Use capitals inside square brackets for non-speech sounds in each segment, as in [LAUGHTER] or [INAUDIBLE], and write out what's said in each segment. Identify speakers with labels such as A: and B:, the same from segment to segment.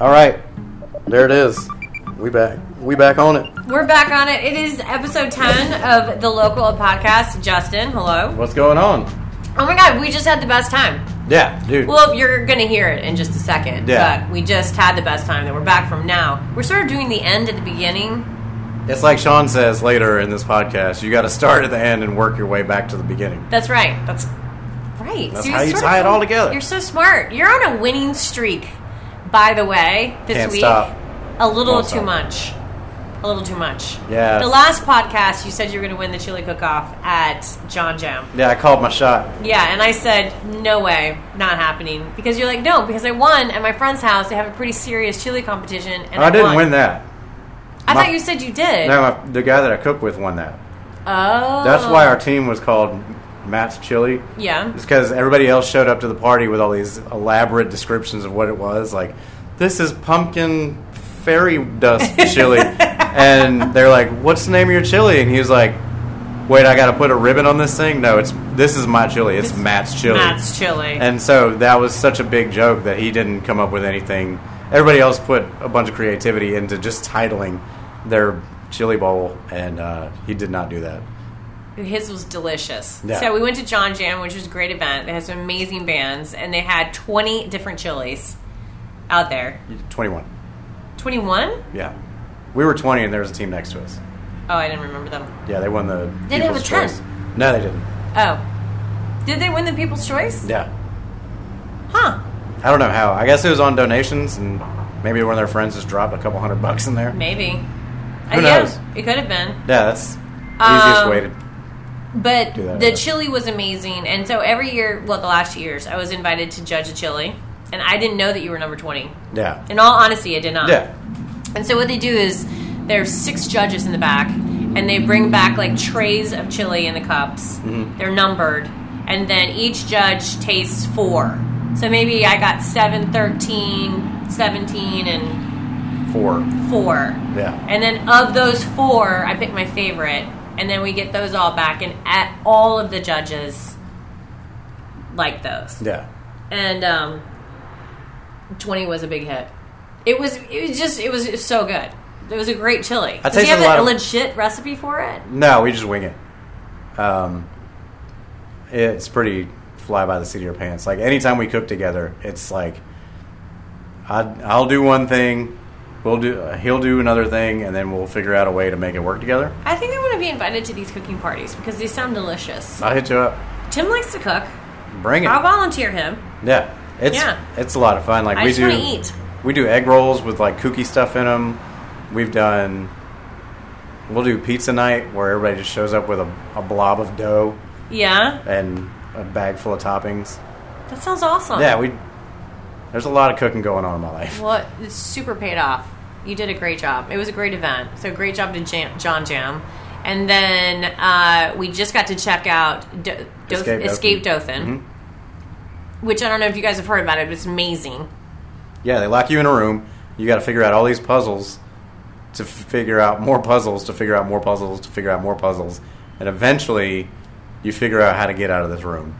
A: All right, there it is. We back. We back on it.
B: We're back on it. It is episode 10 of the Local Podcast. Justin, hello.
A: What's going on?
B: Oh my God, we just had the best time.
A: Yeah, dude.
B: Well, you're going to hear it in just a second.
A: Yeah.
B: But we just had the best time that we're back from now. We're sort of doing the end at the beginning.
A: It's like Sean says later in this podcast. You got to start at the end and work your way back to the beginning.
B: That's right. That's right.
A: That's
B: you're
A: how you
B: sort
A: tie it
B: of-
A: all together.
B: You're so smart. You're on a winning streak, by the way, this
A: Can't
B: week.
A: stop.
B: A little
A: Won't
B: too
A: stop.
B: much. A little too much.
A: Yeah.
B: The last podcast, you said you were going to win the chili cook off at John Jam.
A: Yeah, I called my shot.
B: Yeah, and I said, no way, not happening. Because you're like, no, because I won at my friend's house. They have a pretty serious chili competition. And I,
A: I didn't
B: won.
A: win that.
B: I
A: My-
B: thought you said you did.
A: No, I, the guy that I cooked with won that.
B: Oh.
A: That's why our team was called Matt's Chili.
B: Yeah.
A: It's because everybody else showed up to the party with all these elaborate descriptions of what it was. Like, this is pumpkin fairy
B: [LAUGHS]
A: dust chili. and they're like, what's the name of your chili? And he was like, wait, I got to put a ribbon on this thing? No, it's this is my chili. It's Matt's chili.
B: Matt's chili.
A: And so that was such a big joke that he didn't come up with anything. Everybody else put a bunch of creativity into just titling their chili bowl, and uh, he did not do that.
B: His was delicious.
A: Yeah.
B: So we went to John Jam, which was a great event. They had some amazing bands, and they had 20 different chilies out there.
A: 21.
B: 21?
A: Yeah. We were 20, and there was a team next to us.
B: Oh, I didn't remember them.
A: Yeah, they won the.
B: They didn't have
A: People's
B: a 10.
A: Choice. No, they didn't.
B: Oh. Did they win the People's Choice?
A: Yeah.
B: Huh.
A: I don't know how. I guess it was on donations, and maybe one of their friends just dropped a couple hundred bucks in there.
B: Maybe.
A: Who
B: Uh, yeah,
A: knows?
B: it could have been.
A: Yeah, that's the easiest
B: Um,
A: way to.
B: But
A: Do that,
B: the
A: yeah.
B: chili was amazing. And so every year, well, the last two years, I was invited to judge a chili. And I didn't know that you were number 20.
A: Yeah.
B: In all honesty, I did not.
A: Yeah.
B: And so what they do is there's six judges in the back, and they bring back like trays of chili in the cups.
A: Mm-hmm.
B: They're numbered, and then each judge tastes four. So maybe I got 7, 13, 17, and
A: Four.
B: 4.
A: Yeah.
B: And then of those four, I pick my favorite, and then we get those all back, and at all of the judges like those
A: Yeah.
B: and um, 20 was a big hit. It was it was just it was, it was so good. It was a great chili. Does he
A: tasted
B: have
A: a lot
B: a,
A: of-
B: legit recipe for it?
A: No, we just wing it. Um, it's pretty fly by the seat of your pants. Like anytime we cook together, it's like I, I'll do one thing, we'll do uh, he'll do another thing, and then we'll figure out a way to make it work together.
B: I think I want to be invited to these cooking parties because they sound delicious.
A: I'll hit you up,
B: Tim likes to cook.
A: bring it.
B: I'll volunteer him.
A: Yeah, it's
B: Yeah.
A: it's a lot of fun. Like
B: I
A: we
B: just
A: do,
B: wanna eat.
A: we do egg rolls with like kooky stuff in them. We've done, we'll do pizza night where everybody just shows up with a, a blob of dough
B: Yeah,
A: and a bag full of toppings.
B: that sounds awesome.
A: Yeah, we. There's a lot of cooking going on in my life.
B: Well, it's super paid off. You did a great job. It was a great event. So great job to Jam, John Jam. And then uh, we just got to check out Do- Do-
A: Escape
B: Escape,
A: Dothan. Mm-hmm.
B: Dothan, which I don't know if you guys have heard about it, but it's amazing.
A: Yeah, they lock you in a room. You got to figure out all these puzzles to f- figure out more puzzles to figure out more puzzles to figure out more puzzles, and eventually you figure out how to get out of this room.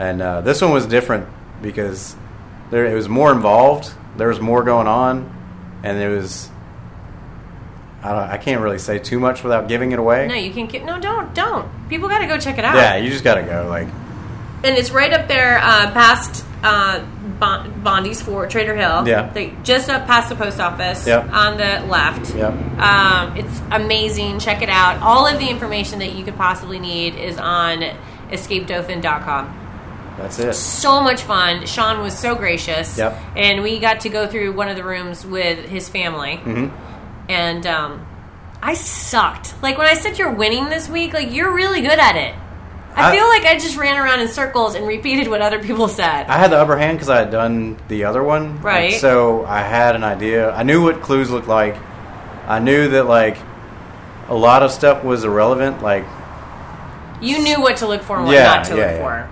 A: And uh, this one was different because there it was more involved. There was more going on, and it was. I, don't, I can't really say too much without giving it away.
B: No, you can get no. Don't don't. People got to go check it out.
A: yeah, you just gotta go. Like,
B: and it's right up there uh, past uh, bon- Bondi's Fort, Trader Hill.
A: Yeah.
B: They- just up past the post office.
A: Yep.
B: on the left.
A: yeah,
B: Um, it's amazing. Check it out. All of the information that you could possibly need is on escapedothan.com.
A: that's it.
B: So much fun. Sean was so gracious.
A: Yep.
B: And we got to go through one of the rooms with his family.
A: Mm-hmm.
B: And um, I sucked. Like when I said you're winning this week, like you're really good at it. I,
A: I-
B: feel like I just ran around in circles and repeated what other people said.
A: I had the upper hand because I had done the other one.
B: Right.
A: And so I had an idea. I knew what clues looked like. I knew that like a lot of stuff was irrelevant. Like
B: you knew what to look for and what
A: Yeah,
B: not to
A: yeah,
B: look
A: yeah.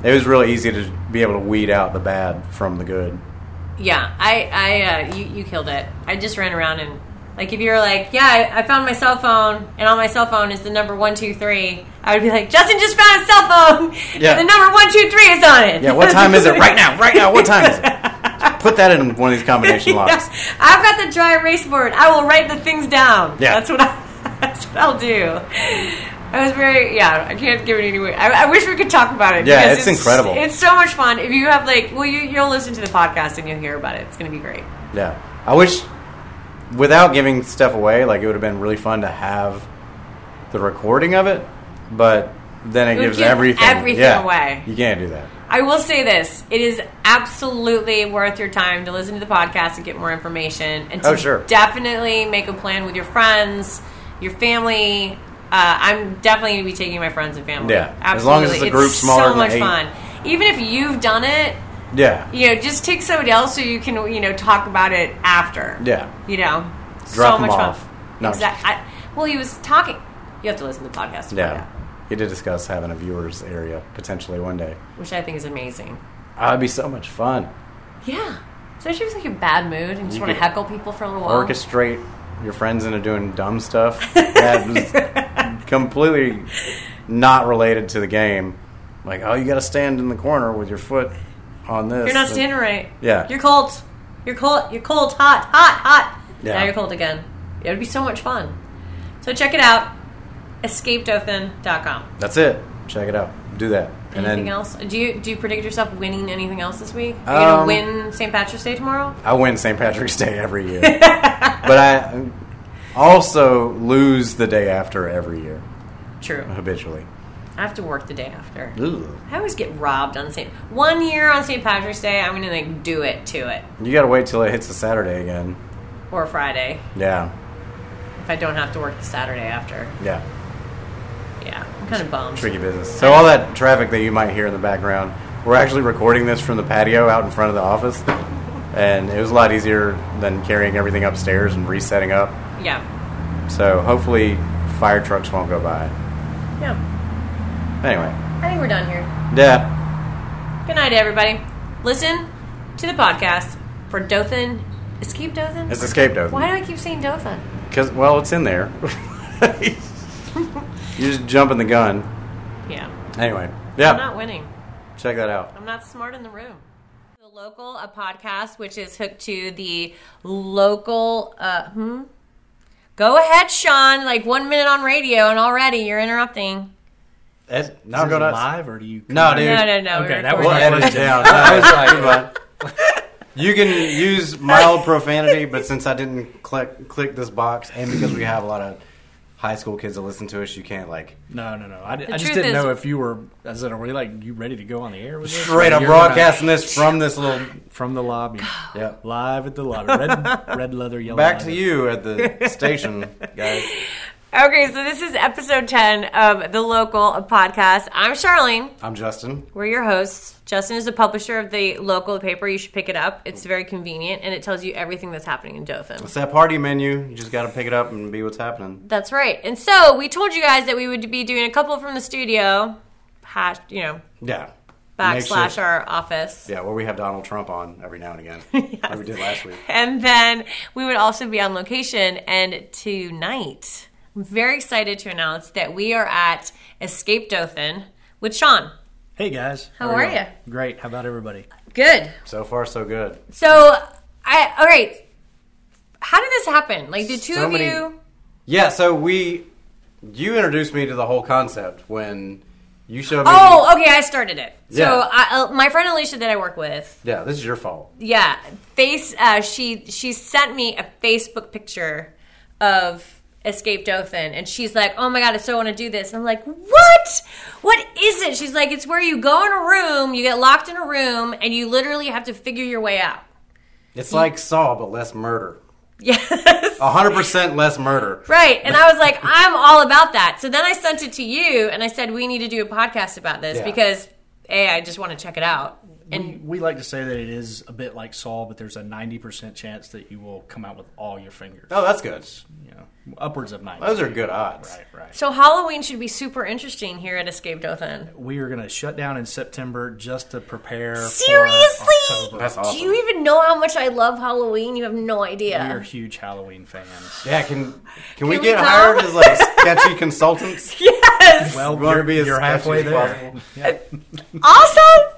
B: for.
A: It was really easy to be able to weed out the bad from the good.
B: Yeah, I, I, uh, you, you killed it. I just ran around and, like, if you were like, yeah, I, I found my cell phone, and on my cell phone is the number one two three, I would be like, Justin just found his cell phone, [LAUGHS]
A: Yeah.
B: and the number one two three is on it.
A: Yeah, what time is it right now? Right now, what time is it?
B: [LAUGHS]
A: Just Put that in one of these combination locks.
B: Yeah. I've got the dry erase board. I will write the things down.
A: Yeah.
B: that's what I, [LAUGHS] that's what I'll do. I was very yeah. I can't give it any way. I, I wish we could talk about it.
A: Yeah,
B: because
A: it's incredible.
B: It's so much fun. If you have like, well, you you'll listen to the podcast and you'll hear about it. It's gonna be great.
A: Yeah. I wish, without giving stuff away, like it would have been really fun to have the recording of it, but then it,
B: It would
A: gives
B: give
A: everything,
B: everything
A: yeah.
B: away.
A: You can't do that.
B: I will say this: it is absolutely worth your time to listen to the podcast and get more information, and to
A: Oh, sure.
B: definitely make a plan with your friends, your family. Uh, I'm definitely going to be taking my friends and family.
A: Yeah.
B: absolutely.
A: As long as the group's smaller
B: so
A: than
B: much
A: eight.
B: fun. Even if you've done it,
A: Yeah.
B: you know, just take somebody else so you can you know talk about it after.
A: Yeah.
B: you know,
A: Drop
B: so
A: 'em
B: much
A: off.
B: fun.
A: No.
B: Exactly. I, well, he was talking. You have to listen to the podcast. to find
A: Yeah.
B: out,
A: He did discuss having a viewers area potentially one day.
B: which I think is amazing.
A: That would be so much fun.
B: Yeah. So she was like in a bad mood and just
A: You
B: want to
A: could
B: heckle people for a little while.
A: Orchestrate your friends into doing dumb stuff
B: [LAUGHS]
A: that was completely not related to the game. Like, oh, you got to stand in the corner with your foot on this.
B: You're not
A: And-
B: standing right.
A: Yeah.
B: You're cold. You're cold. You're cold. Hot. Hot. Hot.
A: Yeah.
B: Now you're cold again. It would be so much fun. So check it out. EscapeDothan.com.
A: That's it. Check it out. Do that. And
B: Anything
A: then
B: else? Do you do you predict yourself winning anything else this week? Are
A: Um,
B: you gonna win St. Patrick's Day tomorrow?
A: I win St. Patrick's Day every
B: [LAUGHS]
A: year. but I also lose the day after every year,
B: True.
A: habitually.
B: I have to work the day after.
A: Ooh.
B: I always get robbed on St. One year on St. Patrick's Day, I'm gonna like do it to it
A: You got to wait till it hits a Saturday again.
B: or Friday
A: Yeah.
B: if I don't have to work the Saturday after.
A: Yeah.
B: Yeah, I'm kind of bummed.
A: Tricky business. So all that traffic that you might hear in the background, we're actually recording this from the patio out in front of the office, and it was a lot easier than carrying everything upstairs and resetting up.
B: Yeah.
A: So hopefully, fire trucks won't go by.
B: Yeah.
A: Anyway,
B: I think we're done here.
A: yeah,
B: Good night, everybody. Listen to the podcast for Dothan. Escape Dothan?
A: it's escape though.
B: Why do I keep saying Dothan?
A: Because well, it's in there. [LAUGHS] You're just jumping the gun.
B: Yeah.
A: Anyway,
B: I'm
A: yeah,
B: not winning.
A: check that out.
B: I'm not smart in the room. The Local, a podcast which is hooked to the local. Uh, hmm? Go ahead, Sean. Like one minute on radio, and already you're interrupting.
A: It's,
C: Is
A: now
C: this
A: go nuts.
C: live or do you?
A: No, dude.
B: No, no, no.
C: Okay,
B: we're
C: that was
A: We'll
C: my
A: edit it [LAUGHS]
C: question.
A: down.
C: I was like,
A: You can use mild profanity, but since I didn't click click this box, and because we have a lot of high school kids that listen to us, you can't like
C: no, no, no. I, I just
B: truth
C: didn't
B: is-
C: know if you were. I said, are we like you ready to go on the air with this?
A: straight up
C: You're gonna-
A: broadcasting this from this little.
C: from the lobby,
A: Yep.
C: live at the
A: [LAUGHS]
C: lobby, red, red leather, yellow.
A: Back to
C: leather.
A: you at the station, guys.
B: Okay, so this is episode 10 of The Local, a podcast. I'm Charlene.
A: I'm Justin.
B: We're your hosts. Justin is the publisher of the local paper. You should pick it up. It's very convenient and it tells you everything that's happening in Dothan.
A: It's that party menu. You just got to pick it up and be what's happening.
B: That's right. And so we told you guys that we would be doing a couple from the studio, hash, you know,
A: Yeah.
B: backslash
A: Makeshift-
B: our office.
A: Yeah, where we have Donald Trump on every now and [LAUGHS] again, like we did last week.
B: And then we would also be on location. And tonight, I'm very excited to announce that we are at Escape Dothan with Sean.
C: Hey guys,
B: How are
C: y'all?
B: ya?
C: Great. How about everybody?
B: Good.
A: So far, so good.
B: So, I all right. How did this happen? Like, did two
A: So
B: of
A: many-
B: you?
A: Yeah, so we, you introduced me to the whole concept when you showed me.
B: Oh, okay. I started it.
A: Yeah.
B: So, I, uh, my friend Alicia that I work with,
A: Yeah, this is your fault.
B: yeah, face. Uh, she she sent me a Facebook picture of Escape Dothan, and she's like, "Oh my god, I so want to do this." And I'm like, "What? What is it?" She's like, "It's where you go in a room, you get locked in a room, and you literally have to figure your way out." [LAUGHS]
A: It's like Saw, but less murder.
B: Yes.
A: A hundred percent less murder.
B: Right. And I was
A: [LAUGHS]
B: like, I'm all about that. So then I sent it to you and I said, we need to do a podcast about this
A: Yeah.
B: because A, I just want to check it out.
C: We,
B: And
C: we like to say that it is a bit like Saul, but there's a ninety percent chance that you will come out with all your fingers.
A: Oh, that's good.
C: You know, upwards of ninety.
A: Those are good odds.
C: Right, right.
B: So Halloween should be super interesting here at Escape Dothan.
C: We are going to shut down in September just to prepare.
B: Seriously?
C: For October.
A: That's awesome.
B: Do you even know how much I love Halloween? You have no
C: We are
B: idea.
C: huge Halloween fans.
A: yeah, can can, we,
B: we
A: get
B: come?
A: hired as
B: [LAUGHS]
A: like sketchy consultants?
B: [LAUGHS] Yes.
C: Well,
A: We wanna
C: you're,
A: be as
C: you're
A: sketchy
C: halfway
A: as
C: there.
A: possible.
C: Yeah.
B: awesome.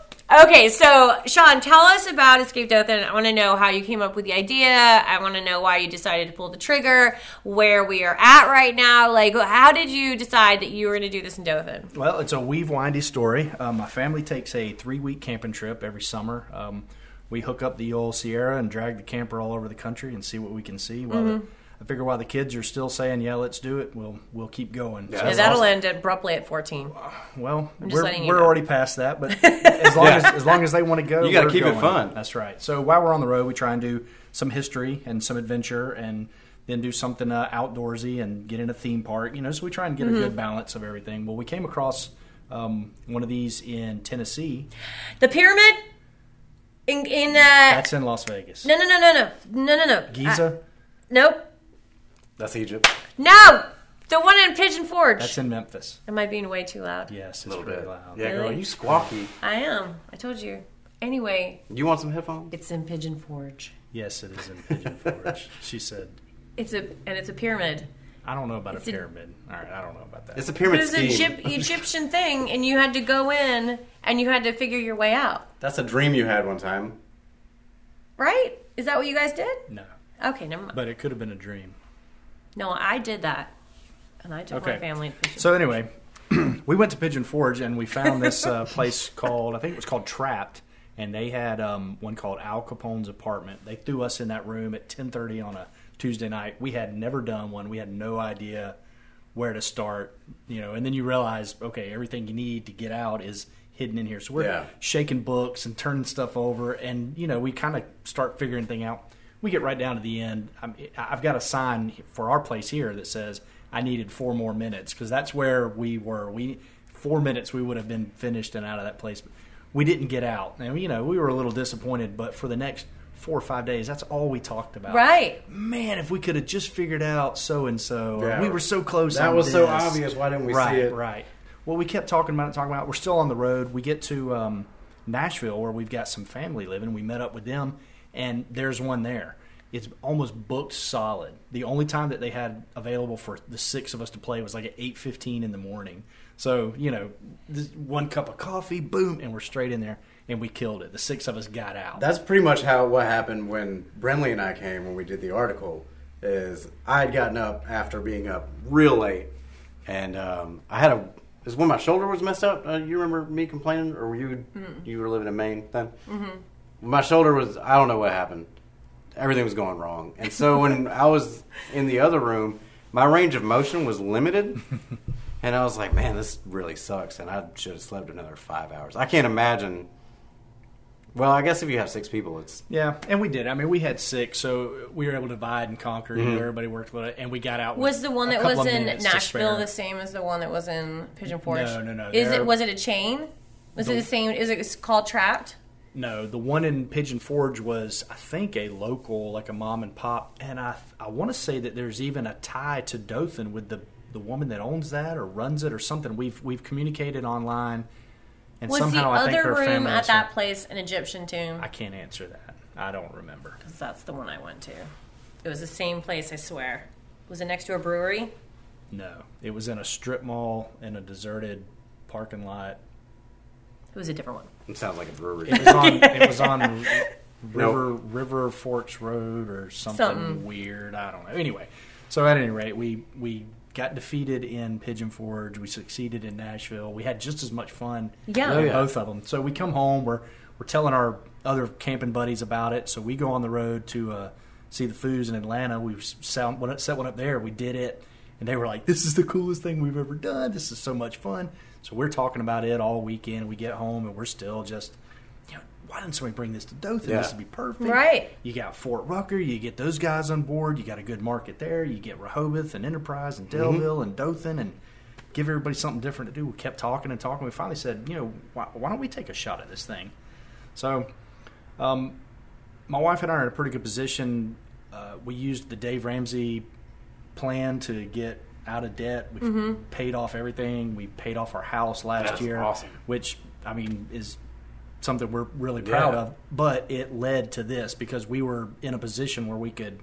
B: Okay, so Sean, tell us about Escape Dothan. I want to know how you came up with the idea. I want to know why you decided to pull the trigger, where we are at right now. Like, how did you decide that you were going to do this in Dothan?
C: Well, it's a weave windy story. Uh, my family takes a three week camping trip every summer. Um, we hook up the old Sierra and drag the camper all over the country and see what we can see. While the, I figure while the kids are still saying, "Yeah, let's do it," we'll we'll keep going.
A: Yeah.
B: Yeah,
A: That's
B: that'll
A: awesome.
B: end abruptly at 14.
C: Well,
B: just
C: we're,
B: letting you
C: we're
B: know.
C: already past that, but as
A: [LAUGHS]
C: long
A: Yeah.
C: as as long as they want to go,
A: You gotta
C: we're
A: keep it
C: going.
A: fun.
C: That's right. So while we're on the road, we try and do some history and some adventure, and then do something uh, outdoorsy and get in a theme park. You know, so we try and get
B: Mm-hmm.
C: a good balance of everything. Well, we came across um, one of these in Tennessee.
B: The pyramid in in uh,
C: That's in Las Vegas,
B: no no no no no no no no Uh,
C: Giza.
B: nope.
A: That's Egypt.
B: No, the one in Pigeon Forge.
C: That's in Memphis.
B: Am I being way too loud?
C: Yes,
A: A
C: it's
A: little
C: pretty
A: bit.
C: loud.
A: Yeah, girl,
B: Really?
A: you squawky.
B: I am. I told you. Anyway,
A: You want some headphones?
B: it's in Pigeon Forge.
C: Yes, it is in
A: [LAUGHS]
C: Pigeon Forge. she said,
B: It's a and it's a pyramid.
C: "I don't know about
B: It's
C: a
B: a-
C: pyramid." All right, I don't know about that.
A: It's a
B: It
A: pyramid
B: was an
A: scheme.
B: Egypt,
C: [LAUGHS]
B: Egyptian thing, and you had to go in and you had to figure your way out.
A: That's a dream you had one time.
B: Right? Is that what you guys did?
C: no,
B: Okay, never mind.
C: but it could have been a dream.
B: No, I did that, and I took my
C: Okay.
B: family. to Pigeon
C: So anyway, [CLEARS THROAT] we went to Pigeon Forge and we found this uh, place called I think it was called Trapped, and they had um, one called Al Capone's apartment. They threw us in that room at ten thirty on a Tuesday night. We had never done one. We had no idea where to start, you know. And then you realize, okay, everything you need to get out is hidden in here. So we're
A: Yeah.
C: shaking books and turning stuff over, and you know we kind of start figuring thing out. We get right down to the end. I'm, I've got a sign for our place here that says I needed four more minutes because that's where we were. We four minutes we would have been finished and out of that place. But we didn't get out, and you know we were a little disappointed. But for the next four or five days, that's all we talked about.
B: Right.
C: Man, if we could have just figured out so and so,
A: Yeah.
C: we were so close.
A: That
C: on
A: was so
C: this.
A: obvious. Why didn't we
C: right,
A: see it?
C: Right. Well, we kept talking about it, talking about it. We're still on the road. We get to um, Nashville where we've got some family living. We met up with them, and there's one there. It's almost booked solid. The only time that they had available for the six of us to play was like at eight fifteen in the morning. So you know, this one cup of coffee, boom, and we're straight in there, and we killed it. The six of us got out.
A: That's pretty much how what happened when Brenley and I came when we did the article. Is I had gotten up after being up real late, and um, I had a is when my shoulder was messed up. Uh, you remember me complaining, or were you you were living in Maine then? My shoulder was I don't know what happened. Everything was going wrong, and so when I was in the other room, my range of motion was limited. And I was like, man, this really sucks. And I should have slept another five hours. I can't imagine. Well, I guess if you have six people, it's
C: yeah, and we did. I mean, we had six, so we were able to divide and conquer. You know, everybody worked with it, and we got out. with
B: Was the one
C: a
B: that
C: couple
B: was
C: of
B: in
C: minutes to
B: Nashville
C: spare.
B: the same as the one that was in Pigeon Forge?
C: No, no, no,
B: Is
C: they're-
B: it was it a chain? Was it
C: The-
B: the same? Is it it's called Trapped?
C: No, the one in Pigeon Forge was, I think, a local, like a mom and pop, and I I want to say that there's even a tie to Dothan with the the woman that owns that or runs it or something. We've we've communicated online, and
B: Was
C: somehow I
B: the
C: think
B: other
C: their
B: room
C: family.
B: at that place an Egyptian tomb?
C: I can't answer that. I don't remember.
B: That's the one I went to. It was the same place, I swear. Was it next to a brewery?
C: No, it was in a strip mall in a deserted parking lot.
B: It was a different one.
A: it sounds like a brewery. [LAUGHS]
C: It was
B: [LAUGHS]
C: on. it was on
A: No.
C: River River Forks Road or something,
B: Something.
C: weird. I don't know. Anyway, so at any rate, we we got defeated in Pigeon Forge. We succeeded in Nashville. We had just as much fun.
B: Yeah.
A: Oh,
C: in
A: yeah.
C: both of them. So we come home. We're we're telling our other camping buddies about it. So we go on the road to uh, see the Foos in Atlanta. We s- sound one up- set one up there. We did it. And they were like, "This is the coolest thing we've ever done. This is so much fun." So we're talking about it all weekend. We get home and we're still just, you know, why didn't somebody bring this to Dothan?
A: Yeah.
C: This would be perfect.
B: Right.
C: You got Fort Rucker, you get those guys on board, you got a good market there, you get Rehoboth and Enterprise
A: Mm-hmm.
C: and Delville and Dothan and give everybody something different to do. We kept talking and talking. We finally said, you know, why, why don't we take a shot at this thing? So, um, my wife and I are in a pretty good position. Uh, we used the Dave Ramsey plan to get out of debt. We've paid off everything. We paid off our house last
A: That's
C: year,
A: awesome.
C: which I mean is something we're really proud
A: Yeah.
C: of. But it led to this because we were in a position where we could,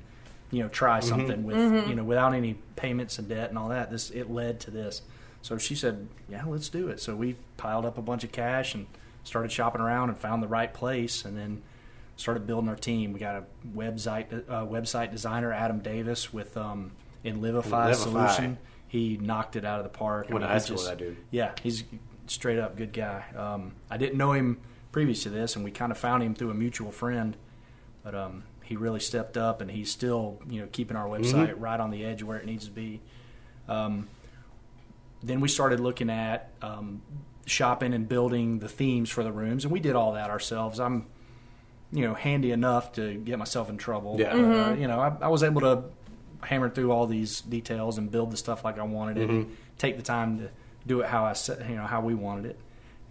C: you know, try something with you know without any payments and debt and all that. This it led to this. So she said, "Yeah, let's do it." So we piled up a bunch of cash and started shopping around and found the right place, and then started building our team. We got a website uh, website designer, Adam Davis, with um, Enlivify,
A: Enlivify.
C: Solution. He knocked it out of the park.
A: Went to
C: he
A: high school with that dude.
C: Yeah, he's straight up good guy. Um, I didn't know him previous to this, and we kind of found him through a mutual friend. But um, he really stepped up, and he's still you know keeping our website right on the edge where it needs to be. Um, then we started looking at um, shopping and building the themes for the rooms, and we did all that ourselves. I'm, you know, handy enough to get myself in trouble.
A: Yeah.
C: Uh, you know, I, I was able to hammer through all these details and build the stuff like I wanted it, and take the time to do it how I set, you know, how we wanted it.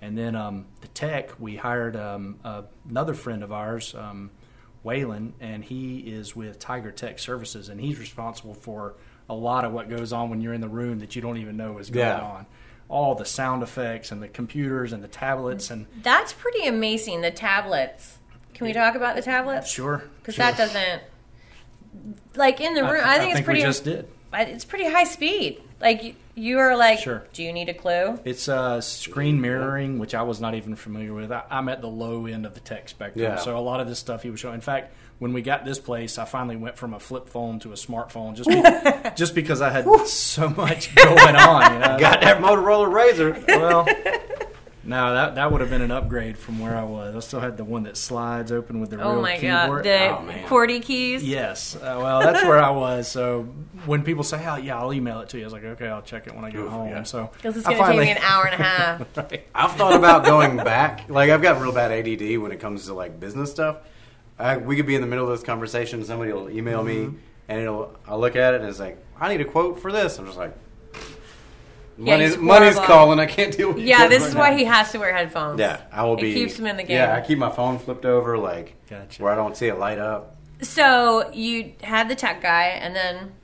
C: And then um, the tech, we hired um, uh, another friend of ours, um, Waylon, and he is with Tiger Tech Services, and he's responsible for a lot of what goes on when you're in the room that you don't even know is going
A: Yeah.
C: on. All the sound effects and the computers and the tablets and
B: That's pretty amazing. The tablets. Can we talk about the tablets?
C: sure,
B: Because
C: sure.
B: that doesn't. Like in the room, I, think it's pretty.
C: we just did.
B: I- it's pretty high speed. Like you, you are like,
C: Sure.
B: do you need a clue?
C: It's uh, screen mirroring, which I was not even familiar with. I, I'm at the low end of the tech spectrum,
A: Yeah.
C: so a lot of this stuff he was showing. In fact, when we got this place, I finally went from a flip phone to a smartphone just
B: [LAUGHS]
C: be, just because I had so much [LAUGHS] going on. You know?
A: Got that Motorola Razor.
C: well, no, that that would have been an upgrade from where I was. I still had the one that slides open with the
B: Oh
C: real
B: my god,
C: keyboard.
B: the
A: Oh, man.
B: QWERTY keys.
C: Yes. Uh, well, that's where I was. So when people say, "Oh, yeah, I'll email it to you," I was like, "Okay, I'll check it when I get
A: Oof,
C: home."
A: yeah.
C: So
B: Because it's
C: I
B: going to take
C: finally-
B: me an hour and a
C: [LAUGHS]
B: half.
A: I've thought about going back. Like I've got real bad ADD when it comes to like business stuff. I, we could be in the middle of this conversation. Somebody will email me, and it'll. I'll look at it and it's like, I need a quote for this. I'm just like,
B: Yeah,
A: money's,
B: he's
A: money's
B: horrible.
A: calling. I can't deal with
B: yeah,
A: this
B: this is
A: right
B: why
A: now.
B: he has to wear
A: [LAUGHS]
B: headphones.
A: Yeah, I will
B: It
A: be.
B: keeps him in the game.
A: Yeah, I keep my phone flipped over, like
C: Gotcha.
A: where I don't see it light up.
B: So you had the tech guy, and then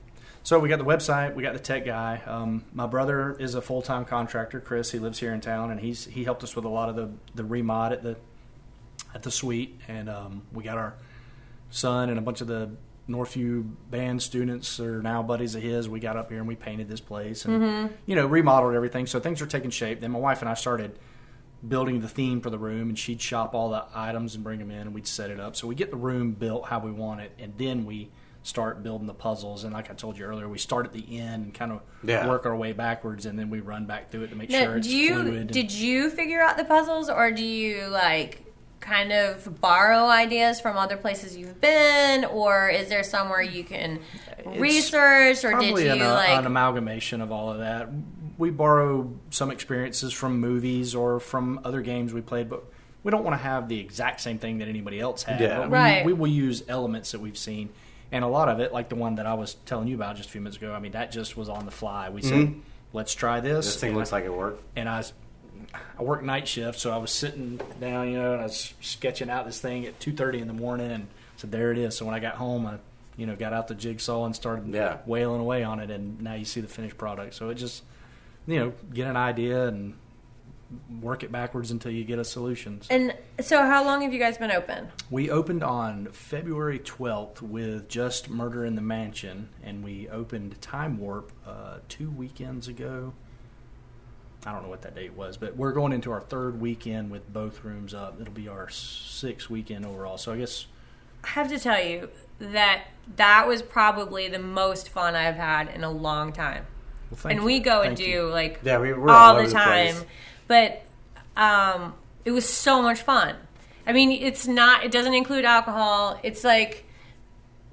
C: So we got the website, we got the tech guy. Um, my brother is a full time contractor, Chris. He lives here in town, and he's he helped us with a lot of the the remod at the at the suite, and um, we got our son and a bunch of the Northview band students are now buddies of his. We got up here and we painted this place, and
B: Mm-hmm.
C: you know remodeled everything, so things are taking shape. Then my wife and I started building the theme for the room, and she'd shop all the items and bring them in, and we'd set it up. So we get the room built how we want it, and then we start building the puzzles. And like I told you earlier, we start at the end and kind of
A: Yeah.
C: work our way backwards, and then we run back through it to make
B: Now,
C: sure it's
B: do you
C: fluid. and-
B: did you figure out the puzzles, or do you like kind of borrow ideas from other places you've been, or is there somewhere you can research, or did
C: Probably
B: you
C: an, uh,
B: like
C: an amalgamation of all of that. We borrow some experiences from movies or from other games we played, but we don't want to have the exact same thing that anybody else had.
A: Yeah.
C: But we,
B: Right.
C: we will use elements that we've seen, and a lot of it, like the one that I was telling you about just a few minutes ago. I mean, that just was on the fly. We said, "Let's try this."
A: This thing
C: and
A: looks like it worked.
C: and I, was- I worked night shift, so I was sitting down, you know, and I was sketching out this thing at two thirty in the morning, and so there it is. So when I got home, I, you know, got out the jigsaw and started
A: Yeah.
C: wailing away on it, and now you see the finished product. So it just, you know, get an idea and work it backwards until you get a solution. So
B: And so, how long have you guys been open?
C: we opened on February twelfth with just Murder in the Mansion, and we opened Time Warp uh, two weekends ago. I don't know what that date was, but we're going into our third weekend with both rooms up. It'll be our sixth weekend overall. So I guess
B: I have to tell you that that was probably the most fun I've had in a long time.
C: well, thank
B: and
C: you.
B: we go and
C: Thank
B: do
C: you.
B: like
A: Yeah, we- we're all
B: all,
A: over
B: the
A: the
B: time.
A: place.
B: but um, it was so much fun. I mean, it's not. It doesn't include alcohol. It's like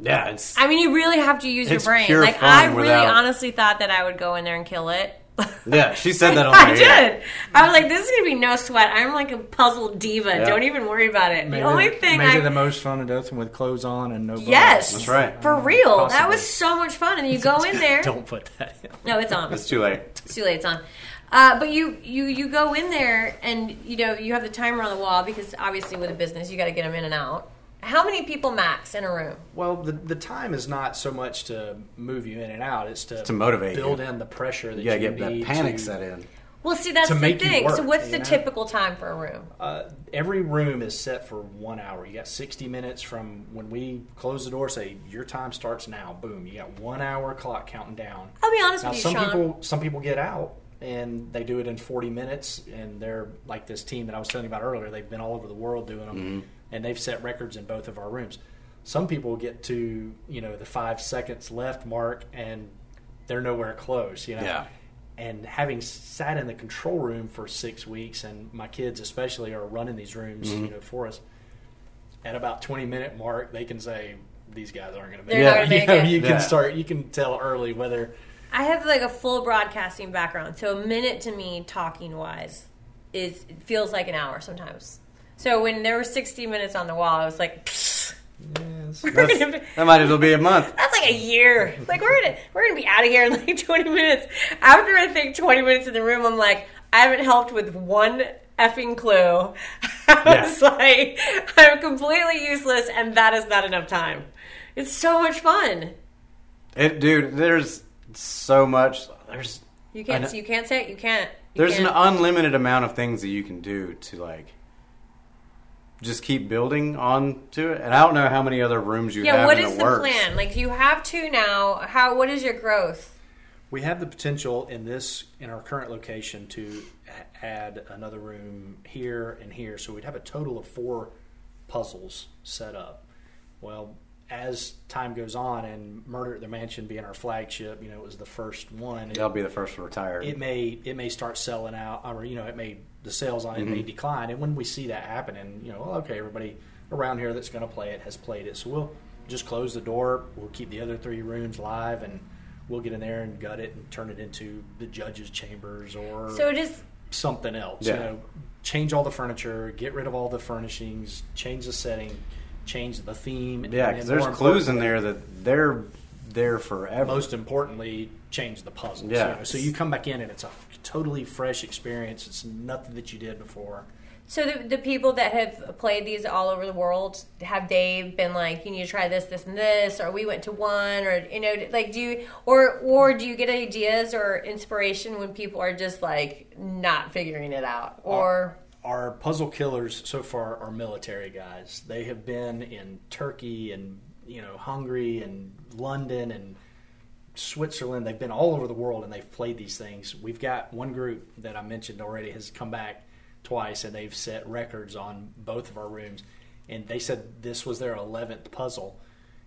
A: Yeah, it's
B: I mean, you really have to use
A: It's
B: your brain.
A: pure
B: like
A: fun
B: I really
A: without-
B: honestly thought that I would go in there and kill it. [LAUGHS]
A: yeah. She said that on
B: I
A: my ear.
B: did. I was like, this is gonna be no sweat. I'm like a puzzle diva.
A: Yeah.
B: Don't even worry about it.
C: Maybe,
B: the only thing
C: maybe
B: I
C: the most fun and does with clothes on and no. bra. [LAUGHS]
B: yes,
A: That's right.
B: for real. That
C: Possibly.
B: was so much fun, and you go
A: [LAUGHS]
B: in there.
C: Don't put that in.
B: No, it's on.
A: It's too late.
B: It's too late. It's on. Uh, but you, you you go in there and you know you have the timer on the wall because obviously with a business you got to get them in and out. How many people max in a room?
C: Well, the, the time is not so much to move you in and out; it's to,
A: to motivate
C: build
A: you.
C: in the pressure that
A: You gotta
C: you
A: get that
C: need
A: panic
C: to-
A: set
B: [LAUGHS]
A: in.
B: Well, see, that's
C: To
B: the
C: make you
B: thing. so,
C: work,
B: what's
C: you
B: the
C: know?
B: typical time for a room?
C: Uh, every room is set for one hour. You got 60 minutes from when we close the door. Say your time starts now. Boom. You got one hour clock counting down.
B: I'll be honest
C: Now
B: with you,
C: some
B: Sean.
C: people some people get out and they do it in 40 minutes, and they're like this team that I was telling you about earlier. They've been all over the world doing them,
A: Mm-hmm.
C: and they've set records in both of our rooms. Some people get to you know the five seconds left mark, and they're nowhere close. You know
A: Yeah.
C: and having sat in the control room for six weeks, and my kids especially are running these rooms,
A: Mm-hmm.
C: you know, for us. At about twenty minute mark, they can say these guys aren't going to make
B: They're
A: not
C: it. [LAUGHS]
A: gonna
B: make
C: you know,
B: it.
C: you
A: Yeah.
C: can start. You can tell early whether
B: I have like a full broadcasting background, so a minute to me, talking wise, is it feels like an hour sometimes. So when there were 60 minutes on the wall, I was like, [LAUGHS] "Pfft,
C: yes,
B: we're
A: That's,
B: gonna be,
A: that might as well be a month.
B: that's like a year. Like we're gonna we're gonna be out of here in like 20 minutes. After I think 20 minutes in the room, I'm like, I haven't helped with one effing clue. [LAUGHS] I was like, I'm completely useless, and that is not enough time. It's so much fun.
A: It, dude, there's so much. There's
B: You
A: I
B: can't
A: know-
B: you can't say it. You can't. You
A: there's an
B: can't.
A: unlimited amount of things that you can do to like just keep building on to it. And I don't know how many other rooms you
B: Yeah,
A: have
B: what
A: in
B: is
A: the
B: the
A: works.
B: plan? Like you have two now. How what is your growth?
C: we have the potential in this in our current location to a- add another room here and here, so we'd have a total of four puzzles set up. Well, as time goes on, and Murder at the Mansion being our flagship, you know, it was the first one.
A: I'll be the first to retire.
C: it may it may start selling out or you know it may the sales on it may
A: Mm-hmm.
C: decline and when we see that happening you know well, okay everybody around here that's going to play it has played it so we'll just close the door we'll keep the other three rooms live and we'll get in there and gut it and turn it into the judges chambers or
B: So it is
C: something else
A: Yeah.
C: you know change all the furniture get rid of all the furnishings change the setting change the theme
A: yeah,
C: and
A: because
C: then
A: there's
C: more
A: clues in
C: importantly-
A: there that they're there forever.
C: most importantly, change the puzzles.
A: Yeah.
C: You know, So you come back in and it's a totally fresh experience. It's nothing that you did before.
B: so the, the people that have played these all over the world have they been like you need to try this this and this or we went to one or you know like do you or or do you get ideas or inspiration when people are just like not figuring it out or
C: Our puzzle killers so far are military guys. They have been in Turkey and you know Hungary and London and Switzerland. They've been all over the world and they've played these things. We've got one group that I mentioned already has come back twice and they've set records on both of our rooms. And they said this was their 11th puzzle.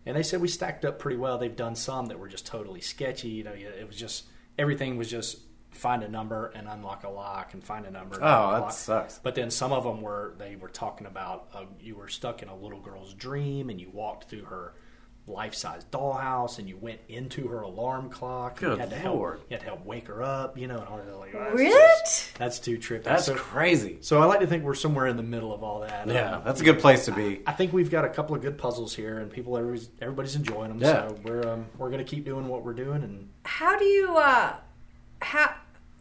C: And they said we stacked up pretty well. They've done some that were just totally sketchy. You know, it was just everything was just find a number and unlock a lock and find a number. and
A: Oh,
C: unlock a
A: that
C: lock.
A: sucks.
C: But then some of them were they were talking about uh, you were stuck in a little girl's dream and you walked through her life-size dollhouse and you went into her alarm clock. and
A: Good
C: you had to
A: Lord.
C: help. You had to help wake her up. You know, and all that. Like, that's
B: What?
C: just- that's too trippy.
A: That's
C: so,
A: crazy.
C: so I like to think we're somewhere in the middle of all that.
A: Yeah,
C: Um,
A: that's a good place to be.
C: I think we've got a couple of good puzzles here, and people everybody's, everybody's enjoying them.
A: Yeah.
C: So we're um, we're gonna keep doing what we're doing, and
B: how do you uh how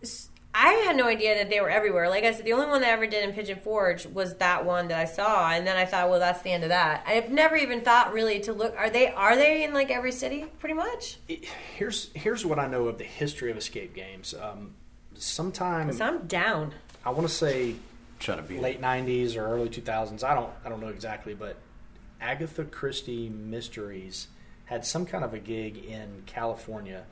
B: s- I had no idea that they were everywhere. Like I said, the only one that I ever did in Pigeon Forge was that one that I saw, and then I thought, well, that's the end of that. I've never even thought really to look. Are they are they in like every city, pretty much?
C: it- here's here's what I know of the history of escape games. Um, sometime
B: Because I'm down.
C: I want to say
A: Try to be
C: late '90s or early 2000s. I don't I don't know exactly, but Agatha Christie Mysteries had some kind of a gig in California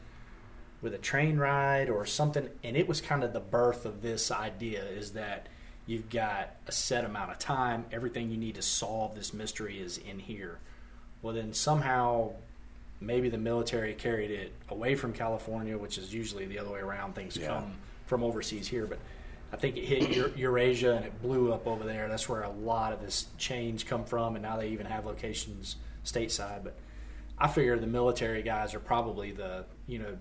C: with a train ride or something, and it was kind of the birth of this idea is that you've got a set amount of time, everything you need to solve this mystery is in here. Well, then somehow maybe the military carried it away from California, which is usually the other way around. Things
A: Yeah.
C: come from overseas here, but I think it hit Eu- Eurasia and it blew up over there. That's where a lot of this change come from, and now they even have locations stateside. But I figure the military guys are probably the you know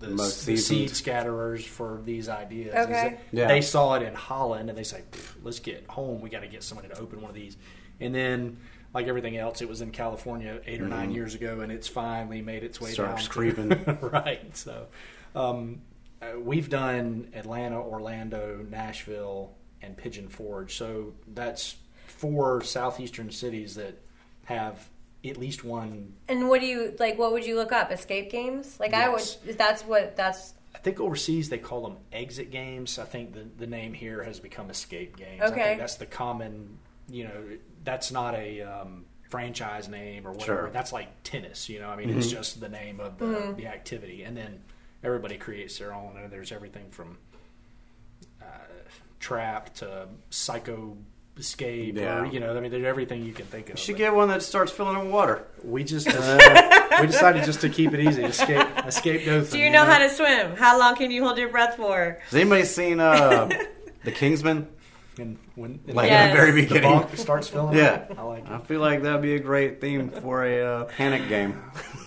C: the,
A: Most
C: the
A: seasoned.
C: seed scatterers for these ideas. Is
B: Okay.
C: that
A: Yeah.
C: They saw it in Holland and they say, "Pff, "Let's get home. We got to get somebody to open one of these." And then, like everything else, it was in California 8 or
A: Mm-hmm.
C: nine years ago, and it's finally made its way down.
A: starts
C: to-
A: creeping.
C: [LAUGHS] right. So, um, uh, we've done Atlanta, Orlando, Nashville, and Pigeon Forge. So that's four southeastern cities that have at least one.
B: And what do you like? What would you look up? Escape games? Like
C: Yes.
B: I would. That's what. That's
C: I think overseas they call them exit games. I think the, the name here has become escape games. I
B: Okay.
C: think that's the common, you know, that's not a um, franchise name or whatever.
A: Sure. Mm-hmm.
C: That's like tennis, you know. I mean, it's just the name of the,
B: Mm-hmm.
C: the activity. And then everybody creates their own. And there's everything from uh, trap to psycho escape
A: Yeah.
C: or, you know, I mean, there's everything you can think of.
A: You should
C: But-
A: get one that starts filling with water.
C: we
A: [LAUGHS]
C: just uh, we decided just to keep it easy. Escape, escape no
B: Do you know how to swim? How long can you hold your breath for?
A: Has anybody seen
B: [LAUGHS]
A: uh, The Kingsman?
C: And when
A: [LAUGHS]
C: and
A: Like
B: Yeah.
A: in the very
B: Yes.
C: the
A: beginning.
C: bonk [LAUGHS] starts filling,
A: Yeah.
C: up, I like
A: I
C: it.
A: feel like that'd be a great theme for a uh, [LAUGHS] panic game.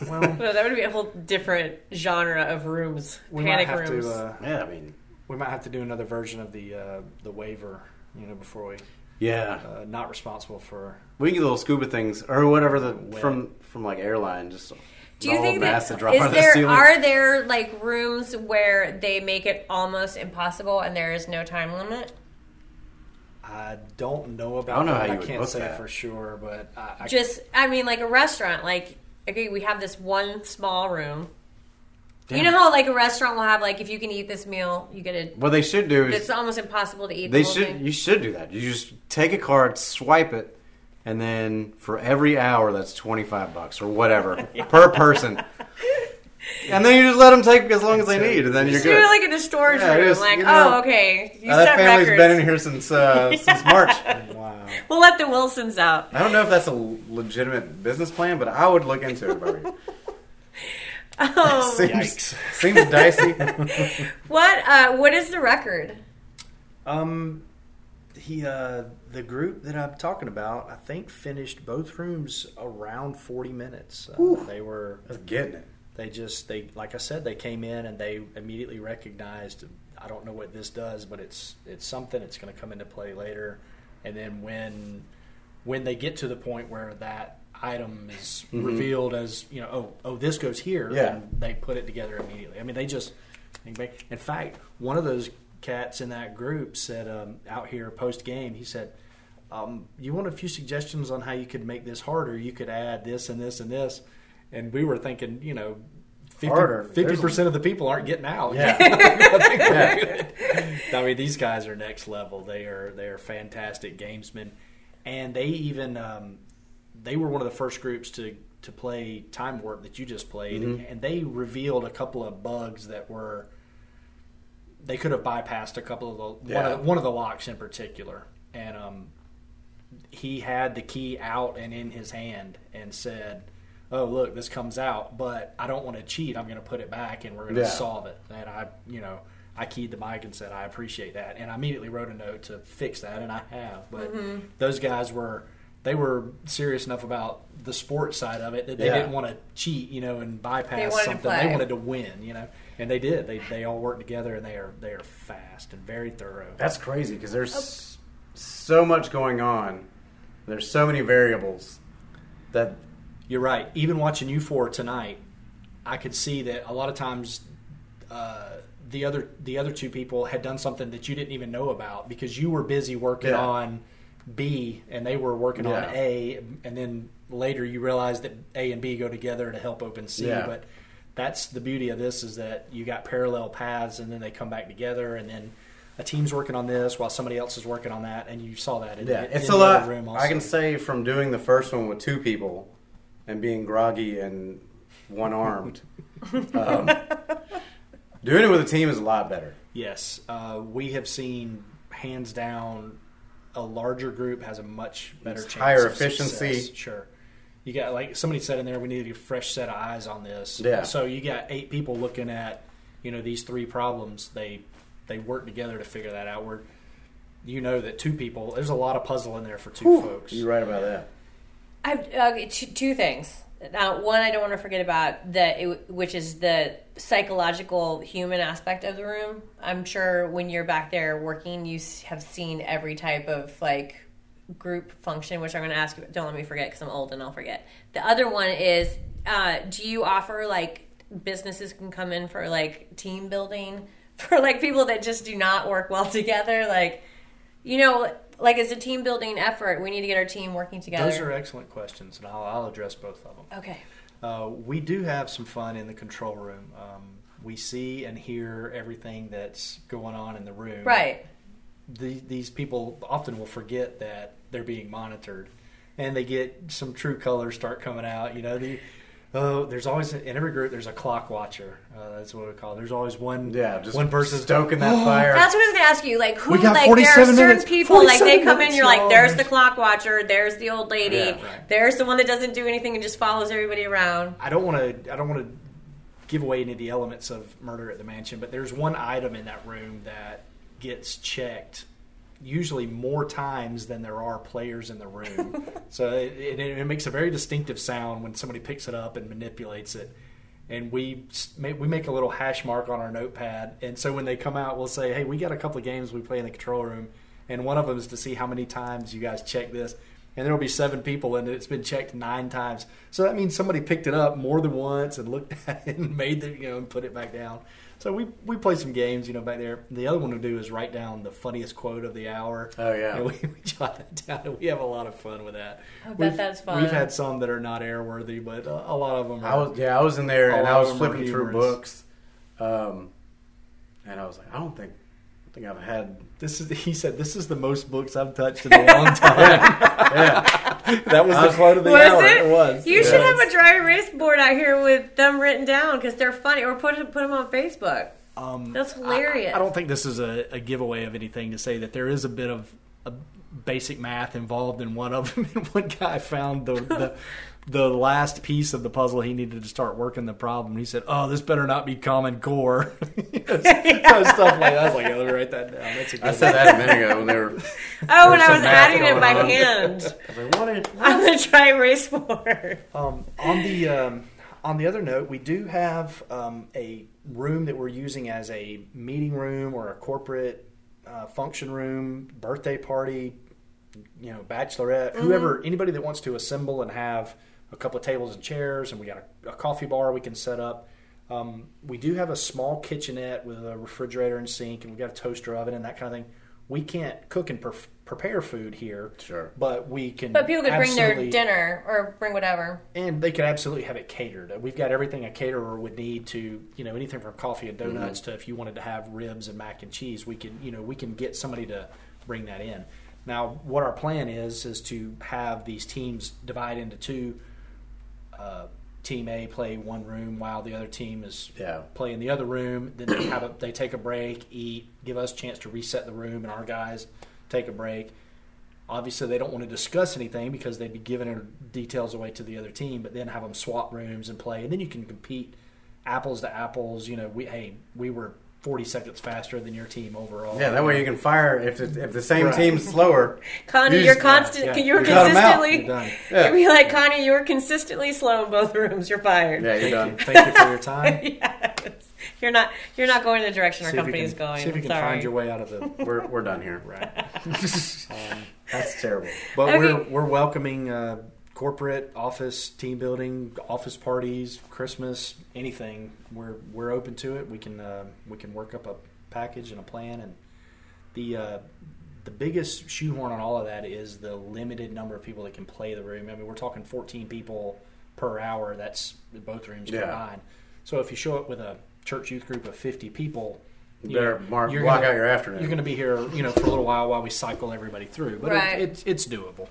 C: Well,
B: Well, that would be a whole different genre of rooms.
C: we
B: panic
C: might have
B: rooms.
C: to uh,
A: Yeah, I mean,
C: we might have to do another version of the uh, the waiver, you know, before we
A: yeah,
C: uh, not responsible for.
A: we can get little scuba things or whatever the
C: Wet.
A: from from like airline. Just
B: Do you
A: the
B: think
A: whole
B: that
A: mass
B: is
A: to drop out of the
B: there
A: ceiling.
B: are there like rooms where they make it almost impossible and there is no time limit?
C: I don't know about.
A: I don't know
C: that.
A: how you
C: I
A: would
C: can't
A: book
C: say
A: that.
C: for sure, but I, I,
B: Just I mean like a restaurant like okay we have this one small room. You know how like a restaurant will have like if you can eat this meal you get it.
A: what they should do
B: It's
A: is
B: almost impossible to eat.
A: they
B: the whole
A: should
B: Thing.
A: you should do that. You just take a card, swipe it, and then for every hour that's twenty five bucks or
B: [LAUGHS]
A: whatever per person. And then you just let them take as long as they need, and then you're
B: Just do it
A: good.
B: like in a storage
A: Yeah,
B: room.
A: just,
B: like
A: you know,
B: oh okay you
A: Uh, that
B: set
A: family's
B: records.
A: been in here since
B: [LAUGHS]
A: uh, since March.
C: wow.
B: We'll let the Wilsons out.
A: [LAUGHS] I don't know if that's a legitimate business plan, but I would look into it. Barbie.
C: [LAUGHS]
B: Um,
A: seems,
C: Yikes. [LAUGHS]
A: seems dicey.
B: [LAUGHS] what uh, what is the record?
C: Um, he uh, the group that I'm talking about, I think finished both rooms around 40 minutes. Uh, they were
A: That's getting it.
C: they just they like I said they came in and they immediately recognized I don't know what this does, but it's it's something it's going to come into play later. And then when when they get to the point where that item is revealed as you know oh oh this goes here
A: Yeah.
C: and they put it together immediately. I mean they just in fact one of those cats in that group said um, out here post game he said um, you want a few suggestions on how you could make this harder? You could add this and this and this. And we were thinking, you know,
A: Harder.
C: 50, percent of the people aren't getting out.
A: Yeah.
C: [LAUGHS] I think we're good. I mean, these guys are next level. They are they are fantastic gamesmen, and they even um, they were one of the first groups to to play time warp that you just played,
A: Mm-hmm.
C: and they revealed a couple of bugs that were they could have bypassed a couple of the, one,
A: Yeah.
C: of the one of the locks in particular, and um, he had the key out and in his hand and said, "Oh, look, this comes out, but I don't want to cheat. I'm going to put it back and we're going to
A: Yeah.
C: solve it." And I, you know, I keyed the mic and said, "I appreciate that," and I immediately wrote a note to fix that, and I have. But
B: Mm-hmm.
C: those guys were. They were serious enough about the sports side of it that they
A: Yeah.
C: didn't want to cheat, you know, and bypass
B: They wanted to
C: something.
B: play.
C: They wanted to win, you know, and they did. They they all worked together, and they are they are fast and very thorough.
A: That's crazy because there's s- so much going on. There's so many variables that
C: You're right. Even watching you four tonight, I could see that a lot of times uh, the other the other two people had done something that you didn't even know about because you were busy working
A: Yeah.
C: on B and they were working
A: Yeah.
C: on A, and then later you realized that A and B go together to help open C.
A: Yeah.
C: But that's the beauty of this is that you got parallel paths and then they come back together and then. A team's working on this while somebody else is working on that, and you saw that. In,
A: yeah,
C: in
A: it's
C: the
A: a
C: other
A: lot.
C: Room also.
A: I can say from doing the first one with two people and being groggy and one
C: [LAUGHS]
A: armed, um, doing it with a team is a lot better.
C: Yes, uh, we have seen hands down a larger group has a much better
A: It's
C: chance
A: higher
C: of
A: efficiency.
C: success. Sure, you got like somebody said in there, we need a fresh set of eyes on this.
A: Yeah.
C: So you got eight people looking at you know these three problems. They they work together to figure that out. Where you know that two people, there's a lot of puzzle in there for two folks.
A: You're right about that.
B: I okay, two, two things. Now, one I don't want to forget about that, it, which is the psychological human aspect of the room. I'm sure when you're back there working, you s- have seen every type of like group function, which I'm going to ask you. Don't let me forget because I'm old and I'll forget. The other one is, uh, do you offer like businesses can come in for [LAUGHS] like team building for like people that just do not work well [LAUGHS] together, like You know, like as a team building effort, we need to get our team working together.
C: Those are excellent questions, and I'll, I'll address both of them.
B: okay.
C: Uh, we do have some fun in the control room. Um, we see and hear everything that's going on in the room.
B: Right.
C: The, these people often will forget that they're being monitored, and they get some true colors start coming out. You know, the oh, there's always in every group there's a clock watcher. Uh, that's what we call. It. There's always one.
A: Yeah, just
C: one Oh, person's
A: stoking that fire.
B: That's what I was going to ask you. Like, who,
C: We got
B: like, there are
C: 47
B: certain
C: minutes.
B: people, like, they
C: 47
B: come in, you're
C: minutes,
B: like, there's
C: y'all.
B: the clock watcher, there's the old lady,
A: Yeah,
C: right.
B: there's the one that doesn't do anything and just follows everybody around.
C: I don't want to. I don't want to give away any of the elements of Murder at the Mansion, but there's one item in that room that gets checked usually more times than there are players in the room. so it, it, it makes a very distinctive sound when somebody picks it up and manipulates it. And we s- ma- we make a little hash mark on our notepad, and so when they come out, we'll say, "Hey, we got a couple of games we play in the control room, and one of them is to see how many times you guys check this." and there will be seven people and it's been checked nine times. So that means somebody picked it up more than once and looked [LAUGHS] at it and made the you know and put it back down. So we we play some games, you know, back there. The other one to do is write down the funniest quote of the hour.
A: Oh, yeah.
C: and we, [LAUGHS] we jot that down. and We have a lot of fun with that. I
B: bet that's fun.
C: We've had some that are not airworthy, but uh, a lot of them. Are,
A: I was yeah, I was in there and
C: All
A: I
C: of
A: was
C: them are
A: flipping through
C: humorous.
A: books, um, and I was like, I don't think, I think I've had.
C: This is he said. This is the most books I've touched in a long [LAUGHS] time.
A: Yeah,
C: that was the quote of the
B: Was
C: hour.
B: it?
C: was.
B: You
C: It
B: should have
C: was.
B: a dry erase board out here with them written down because they're funny, or put put them on Facebook.
C: Um,
B: That's
C: I- I-
B: hilarious.
C: I, don't think this is a, a giveaway of anything to say that there is a bit of a basic math involved in one of them. [LAUGHS] And one guy found the, the the last piece of the puzzle he needed to start working the problem. He said, "Oh, this better not be Common Core." [LAUGHS] so stuff like that. I was like, yeah, "Let me write that down." That's a good.
A: I said that a minute ago when they were.
B: Oh, and
A: There's
B: I
A: some
B: was
A: math
B: adding it
A: going
B: by
A: on.
B: hand
A: I
B: [LAUGHS]
A: was like, what? Is,
B: on the dry erase board.
C: Um, on the um, on the other note, we do have um, a room that we're using as a meeting room or a corporate uh, function room, birthday party, you know, bachelorette,
B: Mm-hmm.
C: whoever, anybody that wants to assemble and have a couple of tables and chairs, and we got a, a coffee bar we can set up. Um, we do have a small kitchenette with a refrigerator and sink, and we've got a toaster oven and that kind of thing. We can't cook and pre- prepare food here,
A: Sure.
C: But we can.
B: But people could bring their
C: absolutely-
B: dinner or bring whatever.
C: and they could absolutely have it catered. Uh, We've got everything a caterer would need to, you know, anything from coffee and donuts to if you wanted to have ribs and mac and cheese, we can, you know, we can get somebody to bring that in. Now, what our plan is is to have these teams divide into two. Uh, team A play one room while the other team is
A: Yeah.
C: play in the other room. Then they have a, they take a break, eat, give us a chance to reset the room, and our guys take a break. Obviously, they don't want to discuss anything because they'd be giving their details away to the other team. But then have them swap rooms and play, and then you can compete apples to apples. You know, we hey, we were forty seconds faster than your team overall.
A: yeah, that way you can fire if it, if the same
C: Right.
A: team's slower.
B: Connie,
A: You
B: you are
A: just-
B: constant.
C: yeah,
B: You're
A: you got 'em out.
B: consistently.
C: You're done.
A: Yeah.
B: You'd be like Connie, you were consistently slow in both rooms. You're fired.
A: Yeah, you're done.
C: Thank you for
B: [LAUGHS]
C: your time.
B: Yes. You're not. You're not going in the direction
C: See
B: our
C: if you
B: company
C: can-
B: is going.
C: See if you
B: I'm
C: can
B: sorry.
C: find your way out of the
A: We're we're done here.
C: right.
A: That's terrible.
C: But
B: Okay.
C: we're we're welcoming uh, corporate office team building, office parties, Christmas, anything. We're we're open to it. We can uh, we can work up a package and a plan. And the uh, the biggest shoehorn on all of that is the limited number of people that can play the room. I mean, we're talking 14 people per hour. That's both rooms
A: Yeah.
C: combined. So if you show up with a church youth group of 50 people.
A: You
C: you know,
A: better mark,
C: you're
A: block
C: gonna-
A: out your afternoon.
C: you're going to be here, you know, for a little while while we cycle everybody through. But
B: Right.
C: it, it's it's doable.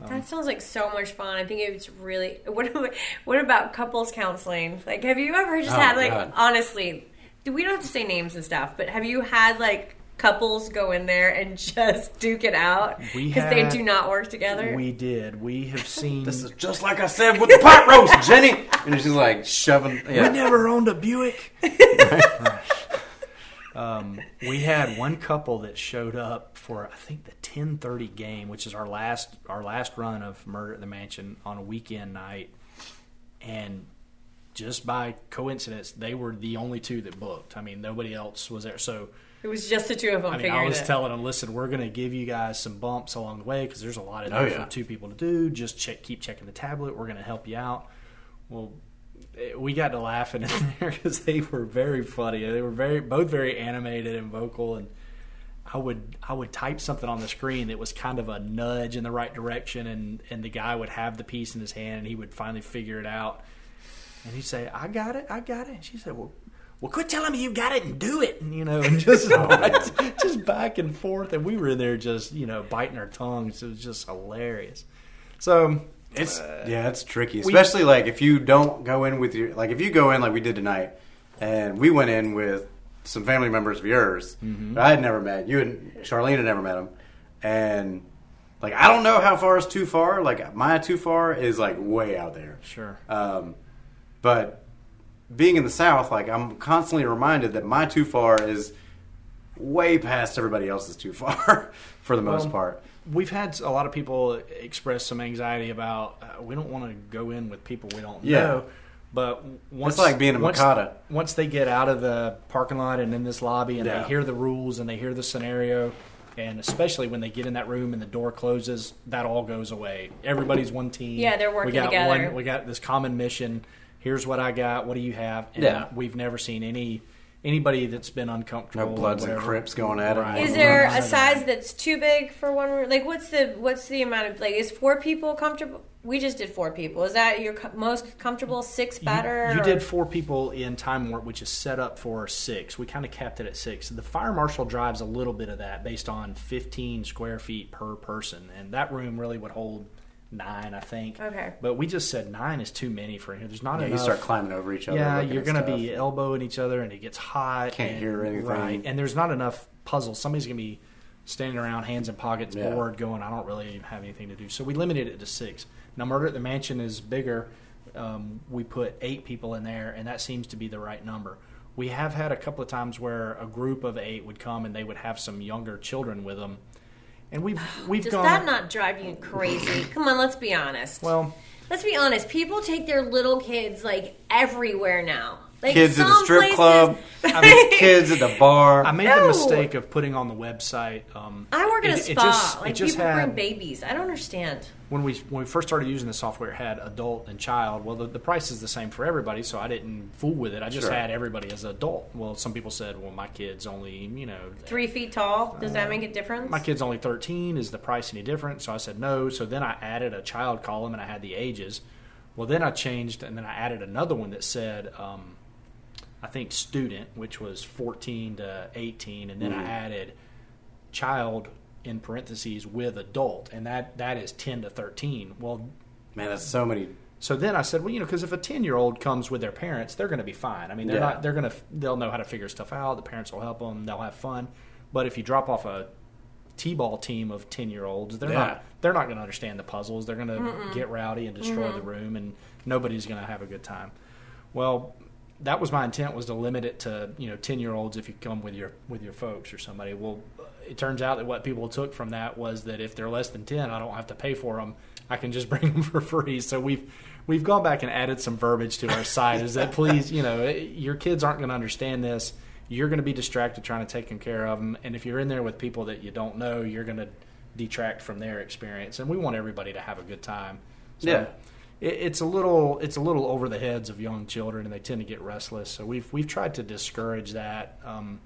C: um,
B: That sounds like so much fun. I think it's really. [LAUGHS] What about, what about couples counseling? Like, have you ever just
A: Oh,
B: had like
A: God.
B: honestly? We don't have to say names and stuff, but have you had like couples go in there and [LAUGHS] just duke it out
C: We
B: because they
C: had-
B: do not work together?
C: We did. We [LAUGHS] have seen.
A: This is just like I said with the pot roast, Jenny. And she's like shoving.
C: we
A: Yeah.
C: never owned a [LAUGHS] Buick. um, we had one couple that showed up for I think the ten thirty game, which is our last our last run of Murder at the Mansion on a weekend night, and just by coincidence, they were the only two that booked. I mean, nobody else was there, so.
B: it was just the two of them
C: I mean,
B: figuring
C: I was
B: it.
C: telling them, listen, we're going to give you guys some bumps along the way because there's a lot of
A: Oh,
C: there
A: yeah.
C: for two people to do. Just check, keep checking the tablet. We're going to help you out. Well, eh, we got to laughing [LAUGHS] in there because they were very funny. They were very both very animated and vocal, and I would I would type something on the screen that was kind of a nudge in the right direction, and and the guy would have the piece in his hand, and he would finally figure it out, and he'd say, "I got it, I got it," and she said, "Well." Well, quit telling me you got it and do it, and, you know, and just [LAUGHS] just back and forth, and we were in there just you know biting our tongues. It was just hilarious. So uh,
A: It's yeah, it's tricky, especially like if you don't go in with your like if you go in like we did tonight, and we went in with some family members of yours
C: Mm-hmm.
A: that I had never met. You and Charlene had never met them, and like I don't know how far is too far. Like my too far is like way out there.
C: sure,
A: Um, but being in the South, like I'm constantly reminded that my too far is way past everybody else's too far [LAUGHS] for the most
C: Well,
A: part.
C: We've had a lot of people express some anxiety about uh, we don't want to go in with people we don't
A: Yeah.
C: know. But once
A: like being in
C: once,
A: Makata.
C: once they get out of the parking lot and in this lobby and
A: Yeah.
C: they hear the rules and they hear the scenario, and especially when they get in that room and the door closes, that all goes away. Everybody's one team.
B: Yeah, they're working
C: we got
B: together.
C: One, we got this common mission. Here's what I got. What do you have? And
A: Yeah.
C: we've never seen any anybody that's been
A: No
C: uncomfortable. or
A: Bloods and
C: whatever.
A: Crips going at it.
C: Right.
B: Is there a size that's too big for one room? Like, what's the what's the amount of like? Is four people comfortable? We just did four people. Is that your co- most comfortable? Six
C: You-
B: better?
C: You,
B: or-
C: did four people in time warp, which is set up for six. We kind of capped it at six. The fire marshal drives a little bit of that based on 15 square feet per person, and that room really would hold nine, I think.
B: Okay.
C: But we just said nine is too many for here. There's not
A: Yeah,
C: enough.
A: you start climbing over each other.
C: yeah,
A: looking
C: you're
A: at
C: gonna
A: stuff.
C: be elbowing each other, and it gets hot.
A: Can't
C: and-
A: hear anything.
C: Right, and there's not enough puzzles. Somebody's gonna be standing around, hands in pockets,
A: Yeah.
C: bored, going, "I don't really have anything to do." So we limited it to six. Now, Murder at the Mansion is bigger. Um, we put eight people in there, and that seems to be the right number. We have had a couple of times where a group of eight would come, and they would have some younger children with them, and we've we've
B: Does
C: gone.
B: that not drive you crazy? Come on, let's be honest.
C: well,
B: let's be honest. People take their little kids like everywhere now. Like
A: kids at the
B: some
A: strip
B: places-
A: club,
B: [LAUGHS]
A: kids at the bar.
C: I made the
B: No.
C: mistake of putting on the website. Um,
B: I work at a
C: it-
B: spa.
C: It just,
B: like
C: it just
B: people bring
C: had,
B: babies. I don't understand.
C: when we when we first started using the software, it had adult and child. Well, the, the price is the same for everybody, so I didn't fool with it. I just
A: Sure.
C: had everybody as adult. Well, some people said, well, my kid's only you know
B: Three feet tall. Does
C: Uh,
B: that make a difference?
C: my kid's only thirteen. Is the price any different? So I said no. So then I added a child column and I had the ages. Well, then I changed and then I added another one that said. Um, I think student, which was 14 to 18, and then I added child in parentheses with adult, and that that is 10 to 13. Well,
A: Man, that's so many.
C: so then I said, well, you know, because if a ten-year-old comes with their parents, they're going to be fine. I mean, they're
A: Yeah.
C: not. They're going to. They'll know how to figure stuff out. The parents will help them. They'll have fun. But if you drop off a t-ball team of ten-year-olds, they're
A: Yeah.
C: not. They're not going to understand the puzzles. They're going to get rowdy and destroy the room, and nobody's going to have a good time. Well, that was my intent was to limit it to you know ten-year-olds if you come with your with your folks or somebody. Well, it turns out that what people took from that was that if they're less than ten, I don't have to pay for them. I can just [LAUGHS] bring them for free. So we've we've gone back and added some verbiage to our site. Is that please, you know, eh, your kids aren't going to understand this. You're going to be distracted trying to take them care of them, and if you're in there with people that you don't know, you're going to detract from their experience. And we want everybody to have a good time. So
A: Yeah.
C: it, it's a little it's a little over the heads of young children, and they tend to get restless. So we've we've tried to discourage that. Um,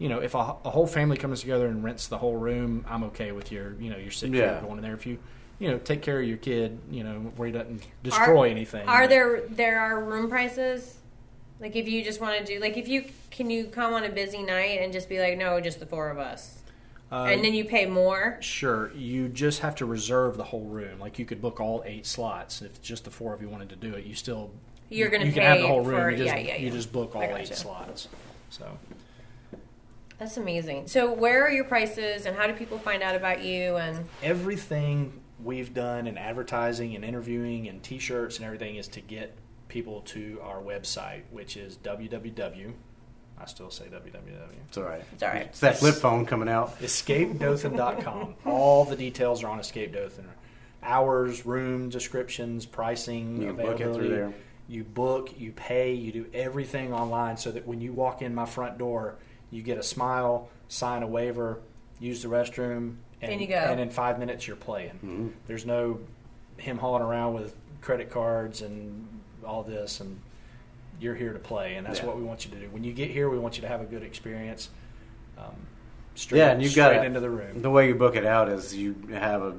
C: you know, if a, a whole family comes together and rents the whole room, I'm okay with your, you know, your sick kid
A: Yeah.
C: going in there. If you, you know, take care of your kid, you know, where he doesn't destroy
B: Are-
C: anything.
B: Are there there are room prices? Like if you just want to do like if you can you come on a busy night and just be like no just the four of us
C: Uh,
B: and then you pay more.
C: sure, you just have to reserve the whole room. Like you could book all eight slots if just the four of you wanted to do it. You still
B: You're gonna
C: you
B: pay
C: can have the whole room.
B: for
C: you just,
B: yeah yeah yeah.
C: You just book all
B: I
C: eight
B: gotcha.
C: slots. So
B: That's amazing. So where are your prices and how do people find out about you and
C: everything we've done in advertising and interviewing and t-shirts and everything is to get people to our website which is www i still say www
A: It's all right.
B: it's all right.
A: It's that flip phone coming out.
C: escapedothan.com all the details are on escapedothan hours room descriptions pricing
A: You can book it
C: availability
A: through there.
C: you book you pay you do everything online so that when you walk in my front door you get a smile sign a waiver use the restroom
B: And you go.
C: and in five minutes you're playing
A: Mm-hmm.
C: there's no him hauling around with credit cards and all this and you're here to play and that's
A: Yeah.
C: what we want you to do when you get here we want you to have a good experience um, Straight,
A: yeah, and you've got
C: straight
A: it-
C: into the room.
A: The way you book it out is you have a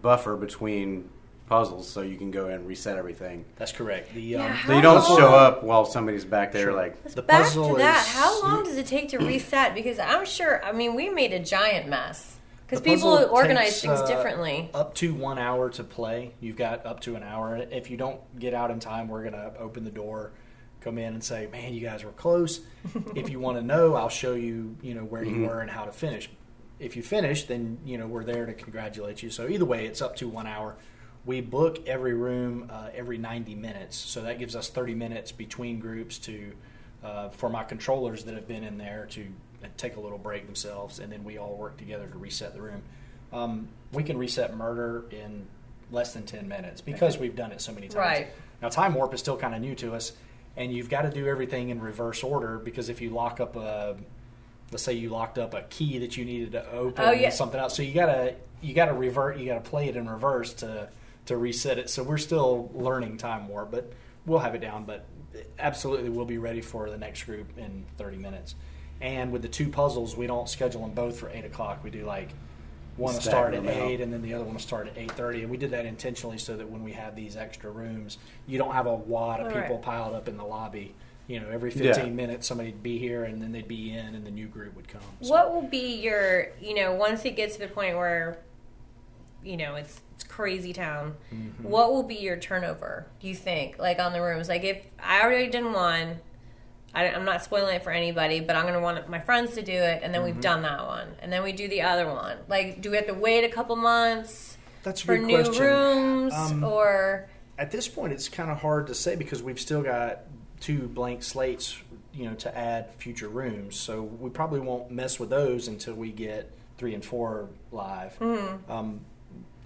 A: buffer between puzzles, so you can go in and reset everything.
C: That's correct. The
B: Yeah,
C: um,
B: how
A: So you don't
B: long-
A: show up while somebody's back there,
C: Sure.
A: like
C: the
B: Back
C: puzzle
B: to that.
C: is
B: How long does it
C: [CLEARS THROAT]
B: take to reset? Because I'm sure. I mean, we made a giant mess because
C: The
B: people
C: puzzle
B: organize
C: takes,
B: things
C: uh,
B: differently.
C: up to one hour to play. You've got up to an hour. If you don't get out in time, we're gonna open the door, come in and say, "Man, you guys were close." if you want to know, I'll show you, you know, where you were and how to finish. If you finish, then you know we're there to congratulate you. So either way, it's up to one hour. We book every room uh, every 90 minutes, so that gives us 30 minutes between groups to uh, for my controllers that have been in there to take a little break themselves, and then we all work together to reset the room. Um, we can reset murder in less than 10 minutes because we've done it so many times.
B: Right.
C: Now, Time Warp is still kind of new to us, and you've got to do everything in reverse order because if you lock up a, let's say you locked up a key that you needed to open
B: Oh, yeah.
C: something else, so you gotta you gotta revert, you gotta play it in reverse to to reset it. So we're still learning Time Warp, but we'll have it down. But absolutely, we'll be ready for the next group in 30 minutes. And with the two puzzles, we don't schedule them both for eight o'clock. We do like one to
A: Stagger
C: start at
A: them out.
C: eight, and then the other one will start at eight thirty. And we did that intentionally so that when we have these extra rooms, you don't have a wad of
B: Right.
C: people piled up in the lobby. You know, every fifteen
A: Yeah.
C: minutes somebody'd be here, and then they'd be in, and the new group would come. So-
B: What will be your, you know, once it gets to the point where, you know, it's it's crazy town.
A: Mm-hmm.
B: What will be your turnover? Do you think, like on the rooms, like if I already did one, I, am not spoiling it for anybody, but I'm gonna want my friends to do it, and then
A: Mm-hmm.
B: we've done that one, and then we do the other one. Like, do we have to wait a couple months
C: That's a
B: for
C: good
B: new
C: question.
B: rooms
C: Um,
B: or?
C: At this point, it's kind of hard to say because we've still got two blank slates, you know, to add future rooms. So we probably won't mess with those until we get three and four live. Um,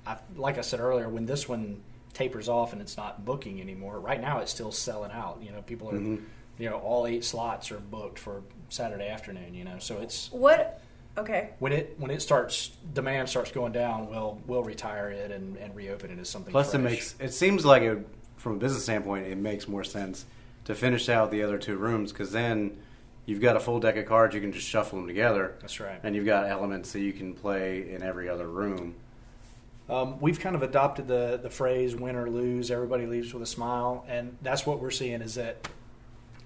C: I, like I said earlier, when this one tapers off and it's not booking anymore, right now it's still selling out. You know, people are,
A: Mm-hmm.
C: you know, all eight slots are booked for Saturday afternoon. You know, so it's
B: What? Okay.
C: when it when it starts demand starts going down, we'll we'll retire it and, and reopen it as something.
A: Plus, it
C: fresh.
A: makes it seems like it from a business standpoint, it makes more sense to finish out the other two rooms because then you've got a full deck of cards. You can just shuffle them together.
C: That's right.
A: And you've got elements that you can play in every other room.
C: Um, we've kind of adopted the the phrase "win or lose, everybody leaves with a smile," and that's what we're seeing is that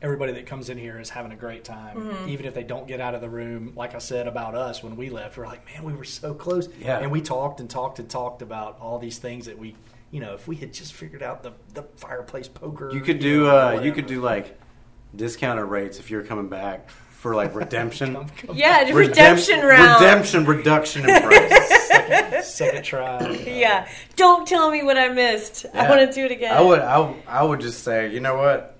C: everybody that comes in here is having a great time, even if they don't get out of the room. Like I said about us when we left, we're like, "Man, we were so close,"
A: Yeah.
C: and we talked and talked and talked about all these things that we, you know, if we had just figured out the the fireplace poker,
A: You could do uh, you could do like discounted rates if you're coming back for like redemption.
B: Yeah,
A: uh,
B: [LAUGHS]
A: Redemp-
B: redemption round.
A: Redemption reduction in price.
C: like second try.
A: [COUGHS]
B: Yeah. Don't tell me what I missed. [LAUGHS] I
A: Yeah.
B: want to do it again.
A: I would I, would- I would just say you know what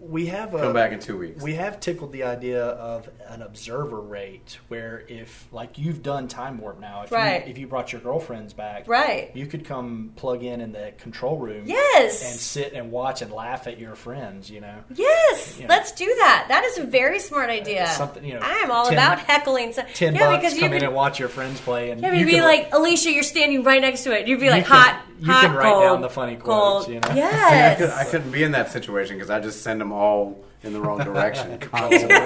C: we have a,
A: come back in two weeks.
C: We have tickled the idea of an observer rate, where if like you've done time warp now, if
B: Right.
C: you, if you brought your girlfriends back,
B: Right.
C: you could come plug in in the control room,
B: Yes.
C: and sit and watch and laugh at your friends, you know.
B: Yes,
C: Yeah. Uh,
B: let's do that. That is a very smart idea.
C: something, you know,
B: I am all
C: 10
B: about heckling. So,
C: Ten
B: yeah,
C: bucks,
B: because
C: come
B: you
C: in
B: could.
C: and watch your friends play, and
B: Yeah,
C: you
B: you'd be
C: could-
B: like, Alicia, you're standing right next to it. You'd be like,
C: can-
B: hot,
C: you
B: hot,
C: can write
B: cold,
C: down the funny quotes,
B: cold.
C: you know? [LAUGHS]
A: See, I,
B: Yes.
A: could, I couldn't be in that situation because I just send them all in the wrong direction constantly.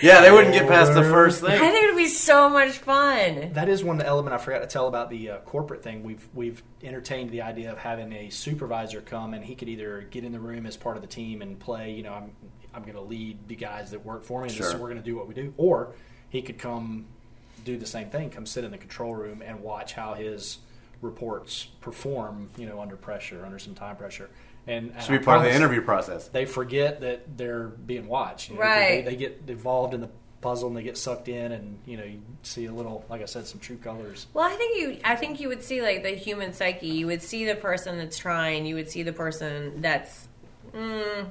A: yeah, they wouldn't get past the first
B: I
A: thing.
B: think it'd be so much fun.
C: That is one element I forgot to tell about the uh, corporate thing. We've we've entertained the idea of having a supervisor come and he could either get in the room as part of the team and play. You know, I'm I'm going to lead the guys that work for me, and this
A: Sure.
C: is, we're going to do what we do. Or he could come do the same thing, come sit in the control room and watch how his reports perform. You know, under pressure, under some time pressure, and, and
A: Should be
C: I
A: part of the
C: promise-
A: interview process.
C: they forget that they're being watched. You know,
B: Right.
C: They, they get involved in the puzzle and they get sucked in, and you know you see a little, like I said, some true colors.
B: Well, I think you. I think you would see like the human psyche. You would see the person that's trying. You would see the person that's, mm,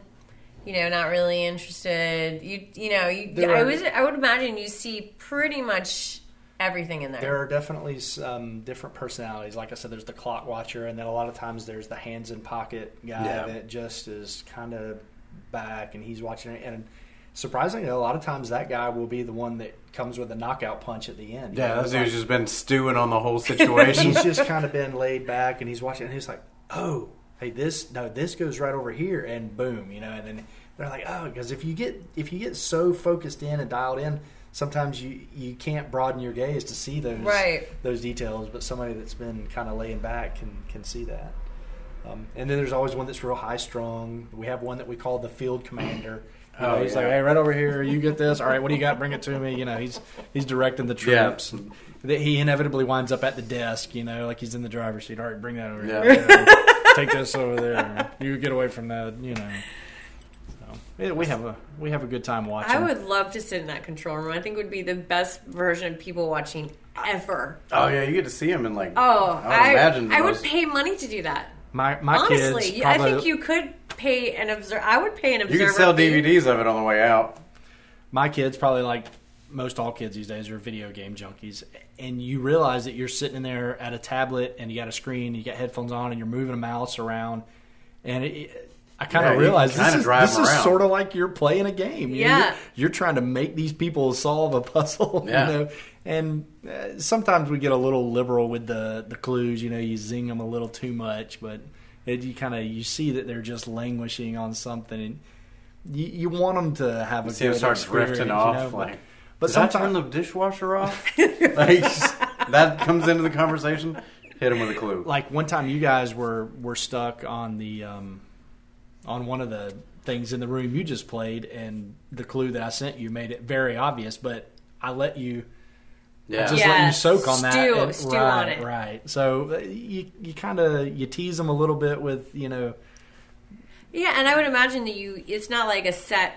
B: you know, not really interested. You, you know, you.
C: There
B: I
C: are-
B: was. I would imagine you see pretty much everything in there.
C: There are definitely some different personalities. Like I said, there's the clock watcher, and then a lot of times there's the hands in pocket guy
A: Yeah.
C: that just is kind of back, and he's watching it. And surprisingly, a lot of times that guy will be the one that comes with a knockout punch at the end. You know,
A: Yeah, that
C: it's
A: dude's
C: like-
A: just been stewing on the whole situation.
C: [LAUGHS] he's just kind of been laid back and he's watching and he's like, oh, hey, this no, this goes right over here, and boom, you know. And then they're like, oh, because if you get if you get so focused in and dialed in, sometimes you you can't broaden your gaze to see those
B: Right.
C: those details, but somebody that's been kind of laying back can can see that. Um, and then there's always one that's real high strung. We have one that we call the field commander. You know,
A: Oh,
C: he's
A: yeah.
C: like, hey, right over here. You get this. All right, what do you got? Bring it to me. You know, he's he's directing the
A: Yeah.
C: trips. And that he inevitably winds up at the desk. You know, like he's in the driver's seat. All right, bring that over
A: Yeah.
C: here. You know, Take this over there. You get away from that. You know. So, yeah, we have a we have a good time watching.
B: I would love to sit in that control room. I think it would be the best version of people watching ever.
A: Oh yeah, you get to see him in like.
B: Oh,
A: I would
B: I,
A: imagine. the
B: I would
A: most-
B: pay money to do that.
C: My my
B: Honestly,
C: kids.
B: you- I
C: probably-
B: think you could pay an observer. I would pay an
A: You
B: observer.
A: can sell
B: fee.
A: DVDs of it on the way out.
C: my kids probably like most all kids these days are video game junkies and you realize that you're sitting in there at a tablet and you got a screen and you got headphones on and you're moving a mouse around and it, I kind
A: Yeah,
C: of
A: you
C: realized
A: can
C: this
A: kinda
C: is,
A: drive
C: this
A: them
C: is
A: around.
C: sort of like you're playing a game. You know,
B: Yeah.
C: you're, you're trying to make these people solve a puzzle. [LAUGHS]
A: Yeah.
C: You know? And uh, sometimes we get a little liberal with the, the clues. You know, you zing them a little too much, but it, you kind of you see that they're just languishing on something. And, you, you want them to have a
A: See him
C: good
A: start
C: experience,
A: drifting
C: you
A: off.
C: know, but-
A: like,
C: but
A: did I turn
C: sometimes
A: the dishwasher
B: [LAUGHS]
A: off? like that comes into the conversation. Hit him with a clue.
C: like one time you guys were were stuck on the um on one of the things in the room you just played and the clue that I sent you made it very obvious but I let you
A: yeah.
C: just
B: Yeah.
C: let you soak on that
B: Stew-
C: and-
B: stew
C: right,
B: on it.
C: right so uh, you you kind of you tease them a little bit with you know
B: Yeah, and I would imagine that you. It's not like a set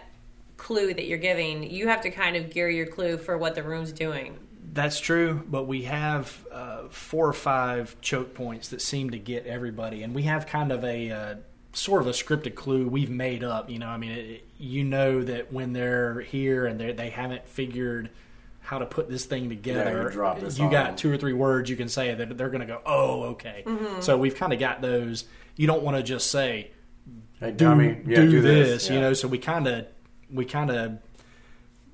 B: clue that you're giving. You have to kind of gear your clue for what the room's doing.
C: That's true, but we have uh, four or five choke points that seem to get everybody, and we have kind of a uh, sort of a scripted clue we've made up. You know, I mean, it, it- you know that when they're here and they they haven't figured how to put this thing together,
A: you drop this
C: you
A: on them.
C: got two or three words you can say that they're going to go, oh, okay. So we've kind of got those. You don't want to just say
A: hey,
C: do,
A: dummy, yeah,
C: do,
A: do
C: this,
A: Yeah.
C: you know. So we kind of we kind of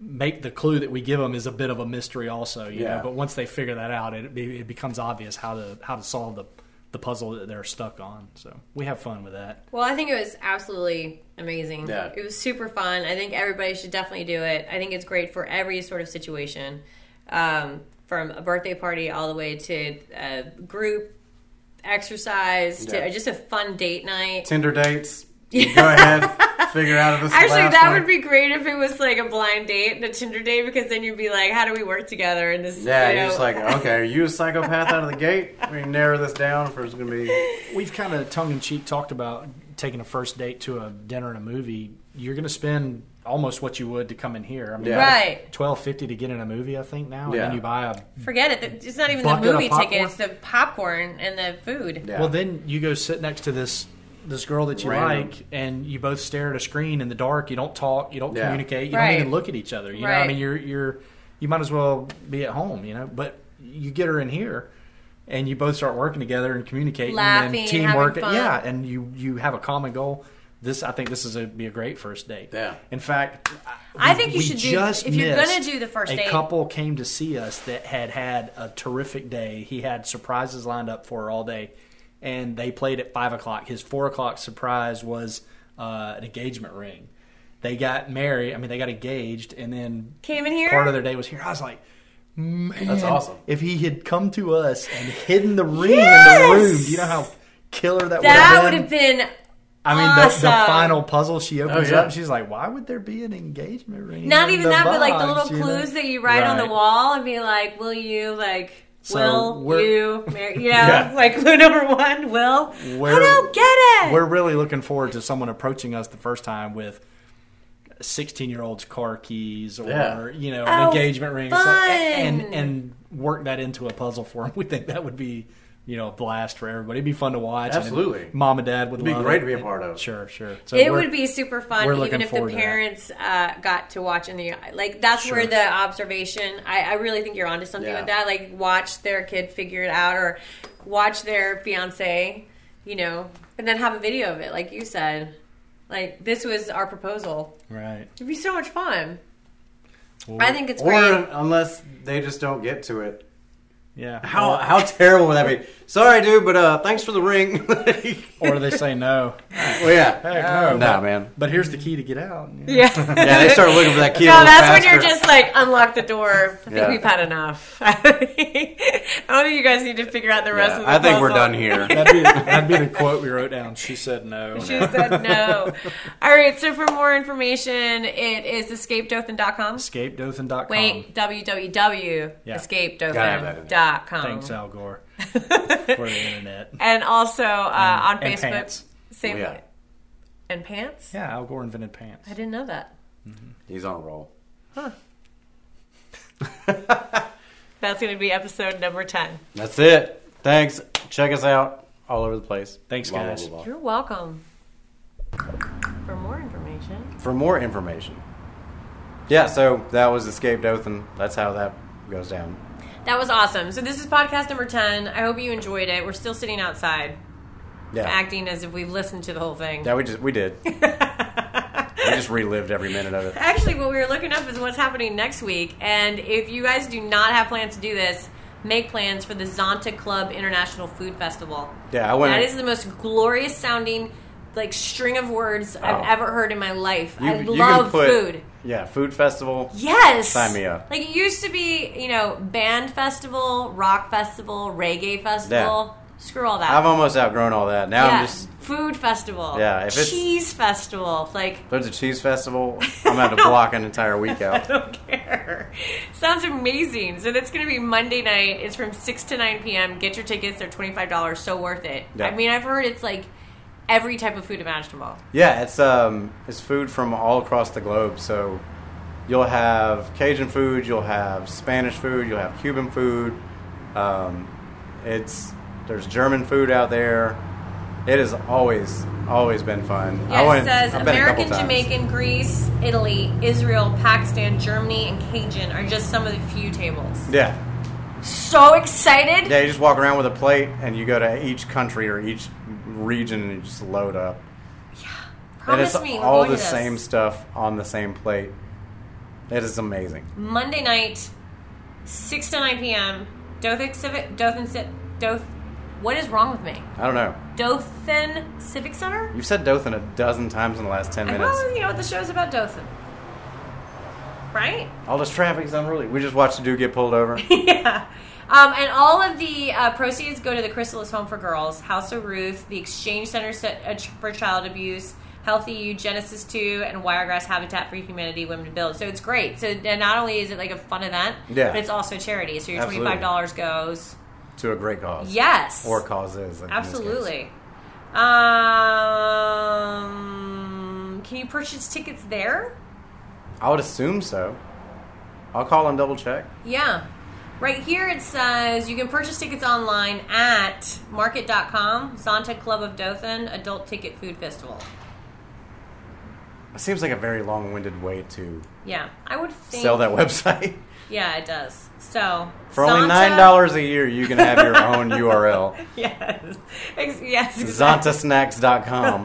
C: make the clue that we give them is a bit of a mystery, also. You
A: Yeah.
C: know? But once they figure that out, it, it becomes obvious how to how to solve the the puzzle that they're stuck on. So we have fun with that.
B: Well, I think it was absolutely amazing.
A: Yeah.
B: It was super fun. I think everybody should definitely do it. I think it's great for every sort of situation, um, from a birthday party all the way to a group exercise
A: Yeah.
B: to just a fun date night.
A: Tinder
B: [LAUGHS]
A: dates. You Go ahead, figure out if this. is the
B: Actually,
A: last
B: that
A: one.
B: would be great if it was like a blind date and a Tinder date because then you'd be like, how do we work together? And this,
A: Yeah,
B: you
A: you're
B: know-
A: just like, okay, are you a psychopath out of the gate? We can narrow this down for it's gonna be.
C: We've kind of tongue in cheek talked about taking a first date to a dinner and a movie. You're going to spend almost what you would to come in here. I mean,
A: Yeah.
B: right.
C: twelve fifty to get in a movie, I think now, and
A: Yeah.
C: then you buy a
B: Forget it. It's not even
C: Bucket
B: the
C: of
B: movie ticket.
C: popcorn.
B: It's the popcorn and the food.
A: Yeah.
C: Well, then you go sit next to this this girl that you
A: Random.
C: like, and you both stare at a screen in the dark. You don't talk. You don't
A: Yeah.
C: communicate. You
B: Right.
C: don't even look at each other. You know,
B: Right.
C: I mean, you're you're you might as well be at home. You know, but you get her in here, and you both start working together and communicating
B: Laughing,
C: and teamwork.
B: having fun.
C: Yeah, and you you have a common goal. This I think this is a be a great first date.
A: Yeah.
C: In fact,
B: I
C: we-
B: think you
C: we
B: should do-
C: just
B: if you're gonna
C: missed
B: do the first
C: a
B: date-
C: couple came to see us that had had a terrific day. He had surprises lined up for her all day, and they played at five o'clock. His four o'clock surprise was uh, an engagement ring. They got married. I mean, they got engaged, and then
B: Came in here?
C: Part of their day was here. I was like, man,
A: That's awesome.
C: If he had come to us and hidden the ring
B: Yes!
C: in the room, do you know how killer that,
B: That
C: would
B: would have
C: have
B: been
C: I mean, the, the
B: awesome.
C: final puzzle she opens
A: Oh, yeah.
C: up, she's like, "Why would there be an engagement ring?"
B: Not
C: in
B: even
C: the
B: that, but like the
C: box,
B: little
C: you know?
B: clues that you write on the
C: Right.
B: wall and be like, will you, like,
C: So
B: will
C: we're-
B: you, marry,
C: [LAUGHS]
B: you know,
A: Yeah.
B: like [LAUGHS] clue number one, will. I
C: We're-
B: don't get it.
C: We're really looking forward to someone approaching us the first time with sixteen-year-olds' car keys or
A: Yeah.
C: you know
B: Oh,
C: an engagement ring, or something,
B: fun.
C: and and work that into a puzzle for them. [LAUGHS] We think that would be you know a blast for everybody. It'd be fun to watch. and
A: Absolutely.
C: mom and dad would
A: It'd be
C: love
A: great
C: it.
A: to be a part of.
C: Sure, sure. So
B: it
C: we're-
B: would be super
C: we're
B: fun, even
C: looking
B: if the
C: forward to that.
B: parents uh, got to watch in the like. That's
C: Sure.
B: where the observation. I, I really think you're onto something
A: Yeah.
B: with that. Like, watch their kid figure it out, or watch their fiance, you know, and then have a video of it, like you said. Like this was our proposal.
C: right.
B: It'd be so much fun.
C: Well,
B: I think it's
A: Or
B: great.
A: unless they just don't get to it,
C: Yeah.
A: How how terrible would that be? Sorry, dude, but uh, thanks for the ring. [LAUGHS] well,
C: Or they
A: [LAUGHS]
C: say no.
A: yeah,
C: Heck no.
A: nah,
C: but,
A: man.
C: but here's the key to get out. you know.
B: Yeah.
A: Yeah, they start looking for that kid. a
B: [LAUGHS] No,
A: little
B: that's when
A: faster.
B: you're just like unlock the door. I think
A: Yeah.
B: we've had enough. [LAUGHS] I don't think you guys need to figure out the rest
A: Yeah,
B: of the.
A: I think we're
B: puzzle.
A: done here.
C: That'd, be, that'd be the quote we wrote down. She said
B: [LAUGHS]
C: no.
B: She said no. All right. So for more information, it is escapedothan.com.
C: Escapedothan.com.
B: Wait, E,
C: Yeah.
B: www.escapedothan.com.
C: Thanks, Al Gore, uh,
B: [LAUGHS]
C: for the internet.
B: And also uh, on
C: and
B: Facebook,
C: pants.
B: same
A: Oh, Yeah,
B: and pants.
C: Yeah, Al Gore invented pants.
B: I didn't know that.
A: he's on a roll.
B: That's going to be episode number ten.
A: That's it. Thanks. Check us out all over the place.
C: Thanks,
A: Blah, blah,
C: guys.
A: blah, blah.
B: You're welcome. For more information,
A: For more information. Yeah, so that was Escaped Othan. That's how that goes down.
B: that was awesome. So this is podcast number ten. I hope you enjoyed it. We're still sitting outside,
A: Yeah.
B: acting as if we've listened to the whole thing.
A: Yeah, we just we
B: [LAUGHS]
A: did. we just relived every minute of it.
B: Actually, what we were looking up is what's happening next week. And if you guys do not have plans to do this, make plans for the Zonta Club International Food Festival.
A: Yeah, I went.
B: That is the most glorious sounding like string of words I've
A: Oh.
B: ever heard in my life.
A: you-
B: I
A: you can
B: love
A: put-
B: food.
A: Yeah, food festival.
B: Yes.
A: Sign me up.
B: Like it used to be, you know, band festival, rock festival, reggae festival. Screw all that.
A: I've almost outgrown all that. Now
B: yeah.
A: I'm just.
B: food festival.
A: Yeah, if it's-
B: cheese festival. Like [LAUGHS]
A: if There's a cheese festival. I'm gonna have to block an entire week out.
B: don't care. Sounds amazing. So that's going to be Monday night. It's from 6 to 9 p.m. Get your tickets. They're $25. So worth it.
A: Yeah.
B: I mean, I've heard it's like every type of food imaginable.
A: Yeah, it's um, it's food from all across the globe. So you'll have Cajun food, you'll have Spanish food, you'll have Cuban food. Um, it's there's German food out there. It has always always been fun.
B: Yeah,
A: went-
B: it says
A: I've been a couple
B: American,
A: times.
B: Jamaican, Greece, Italy, Israel, Pakistan, Germany, and Cajun are just some of the few tables.
A: Yeah,
B: So excited.
A: Yeah, you just walk around with a plate and you go to each country or each region and you just load up.
B: Promise
A: and it's
B: me we're
A: all
B: going
A: the
B: to this.
A: same stuff on the same plate. It is amazing.
B: Monday night, 6 to 9 p.m. Dothan Civic. Dothan Civic. Doth. What is wrong with me?
A: I don't know.
B: Dothan Civic Center?
A: You've said Dothan a dozen times in the last 10
B: I
A: minutes.
B: Well, you know, the show's about Dothan. Right?
A: All this traffic is unruly. We just watched a dude get pulled
B: [LAUGHS]
A: over.
B: yeah. Um, and all of the uh, proceeds go to the Chrysalis Home for Girls, House of Ruth, the Exchange Center Set- uh, for Child Abuse, Healthy You, Genesis 2, and Wiregrass Habitat for Humanity Women to Build. So it's great. So and not only is it like a fun event,
A: Yeah.
B: but it's also charity. So your
A: Absolutely.
B: $25 goes.
A: to a great cause.
B: Yes.
A: Or causes. like in this case.
B: Absolutely. Um, can you purchase tickets there?
A: I would assume so. I'll call and double check.
B: Yeah. Right here it says you can purchase tickets online at market.com, Zonta Club of Dothan, Adult Ticket Food Festival.
A: It seems like a very long winded way to
B: Yeah, I would think.
A: sell that website. [LAUGHS]
B: Yeah, it does. So
A: For only
B: Zonta-
A: $9 a year, you can have your own URL.
B: [LAUGHS] Yes. Ex- yes. Exactly.
A: zontasnacks.com.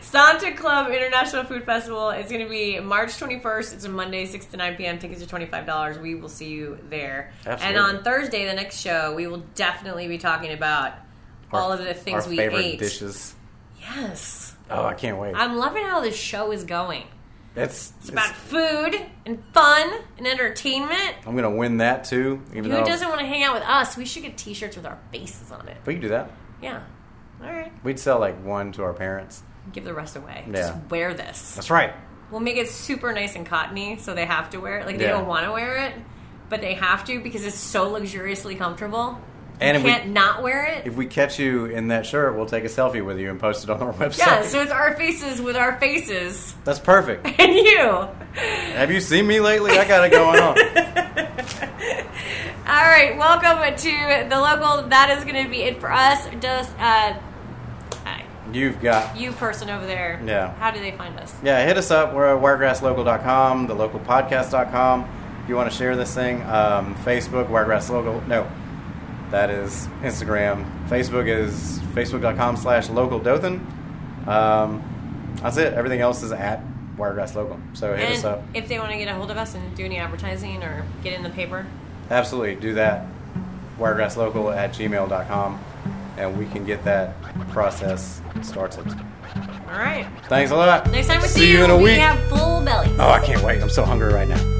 B: Zonta Club International Food Festival is going to be March 21st. It's a Monday, 6 to 9 p.m. Tickets are $25. We will see you there.
A: Absolutely.
B: And on Thursday, the next show, we will definitely be talking about [LAUGHS] all of the things
A: our
B: we
A: favorite
B: ate.
A: dishes.
B: Yes.
A: Oh, I can't wait.
B: I'm loving how this show is going.
A: That's
B: It's about food and fun and entertainment.
A: I'm gonna win that too. Even
B: Who
A: though
B: doesn't want to hang out with us? We should get T-shirts with our faces on it.
A: we could do that.
B: Yeah. All right.
A: We'd sell like one to our parents.
B: Give the rest away.
A: Yeah.
B: Just wear this.
A: That's right.
B: We'll make it super nice and cottony, so they have to wear it. Like they
A: Yeah.
B: don't want to wear it, but they have to because it's so luxuriously comfortable.
A: And
B: you
A: if we-
B: can't not wear it.
A: If we catch you in that shirt, we'll take a selfie with you and post it on our [LAUGHS] website.
B: Yeah. So it's our faces with our faces [LAUGHS]
A: That's perfect.
B: and you.
A: Have you seen me lately? I got it going on.
B: All right, welcome to the local. That is going to be it for us. Does uh, hi,
A: You've got
B: you person over there?
A: Yeah.
B: How do they find us?
A: Yeah, hit us up. We're at wiregrasslocal.com, thelocalpodcast.com. If you want to share this thing, um, Facebook, Wiregrass Local. No, that is Instagram. Facebook is facebook.com slash local Dothan. Um, that's it. Everything else is at Wiregrass Local. So hit us
B: and
A: up.
B: if they want to get a hold of us and do any advertising or get in the paper,
A: Absolutely. Do that. wiregrasslocal at gmail.com, and we can get that process started.
D: All right.
A: Thanks a lot.
B: Next time we
A: see you in a
B: we
A: week.
B: have full bellies.
A: Oh, I can't wait. I'm so hungry right now.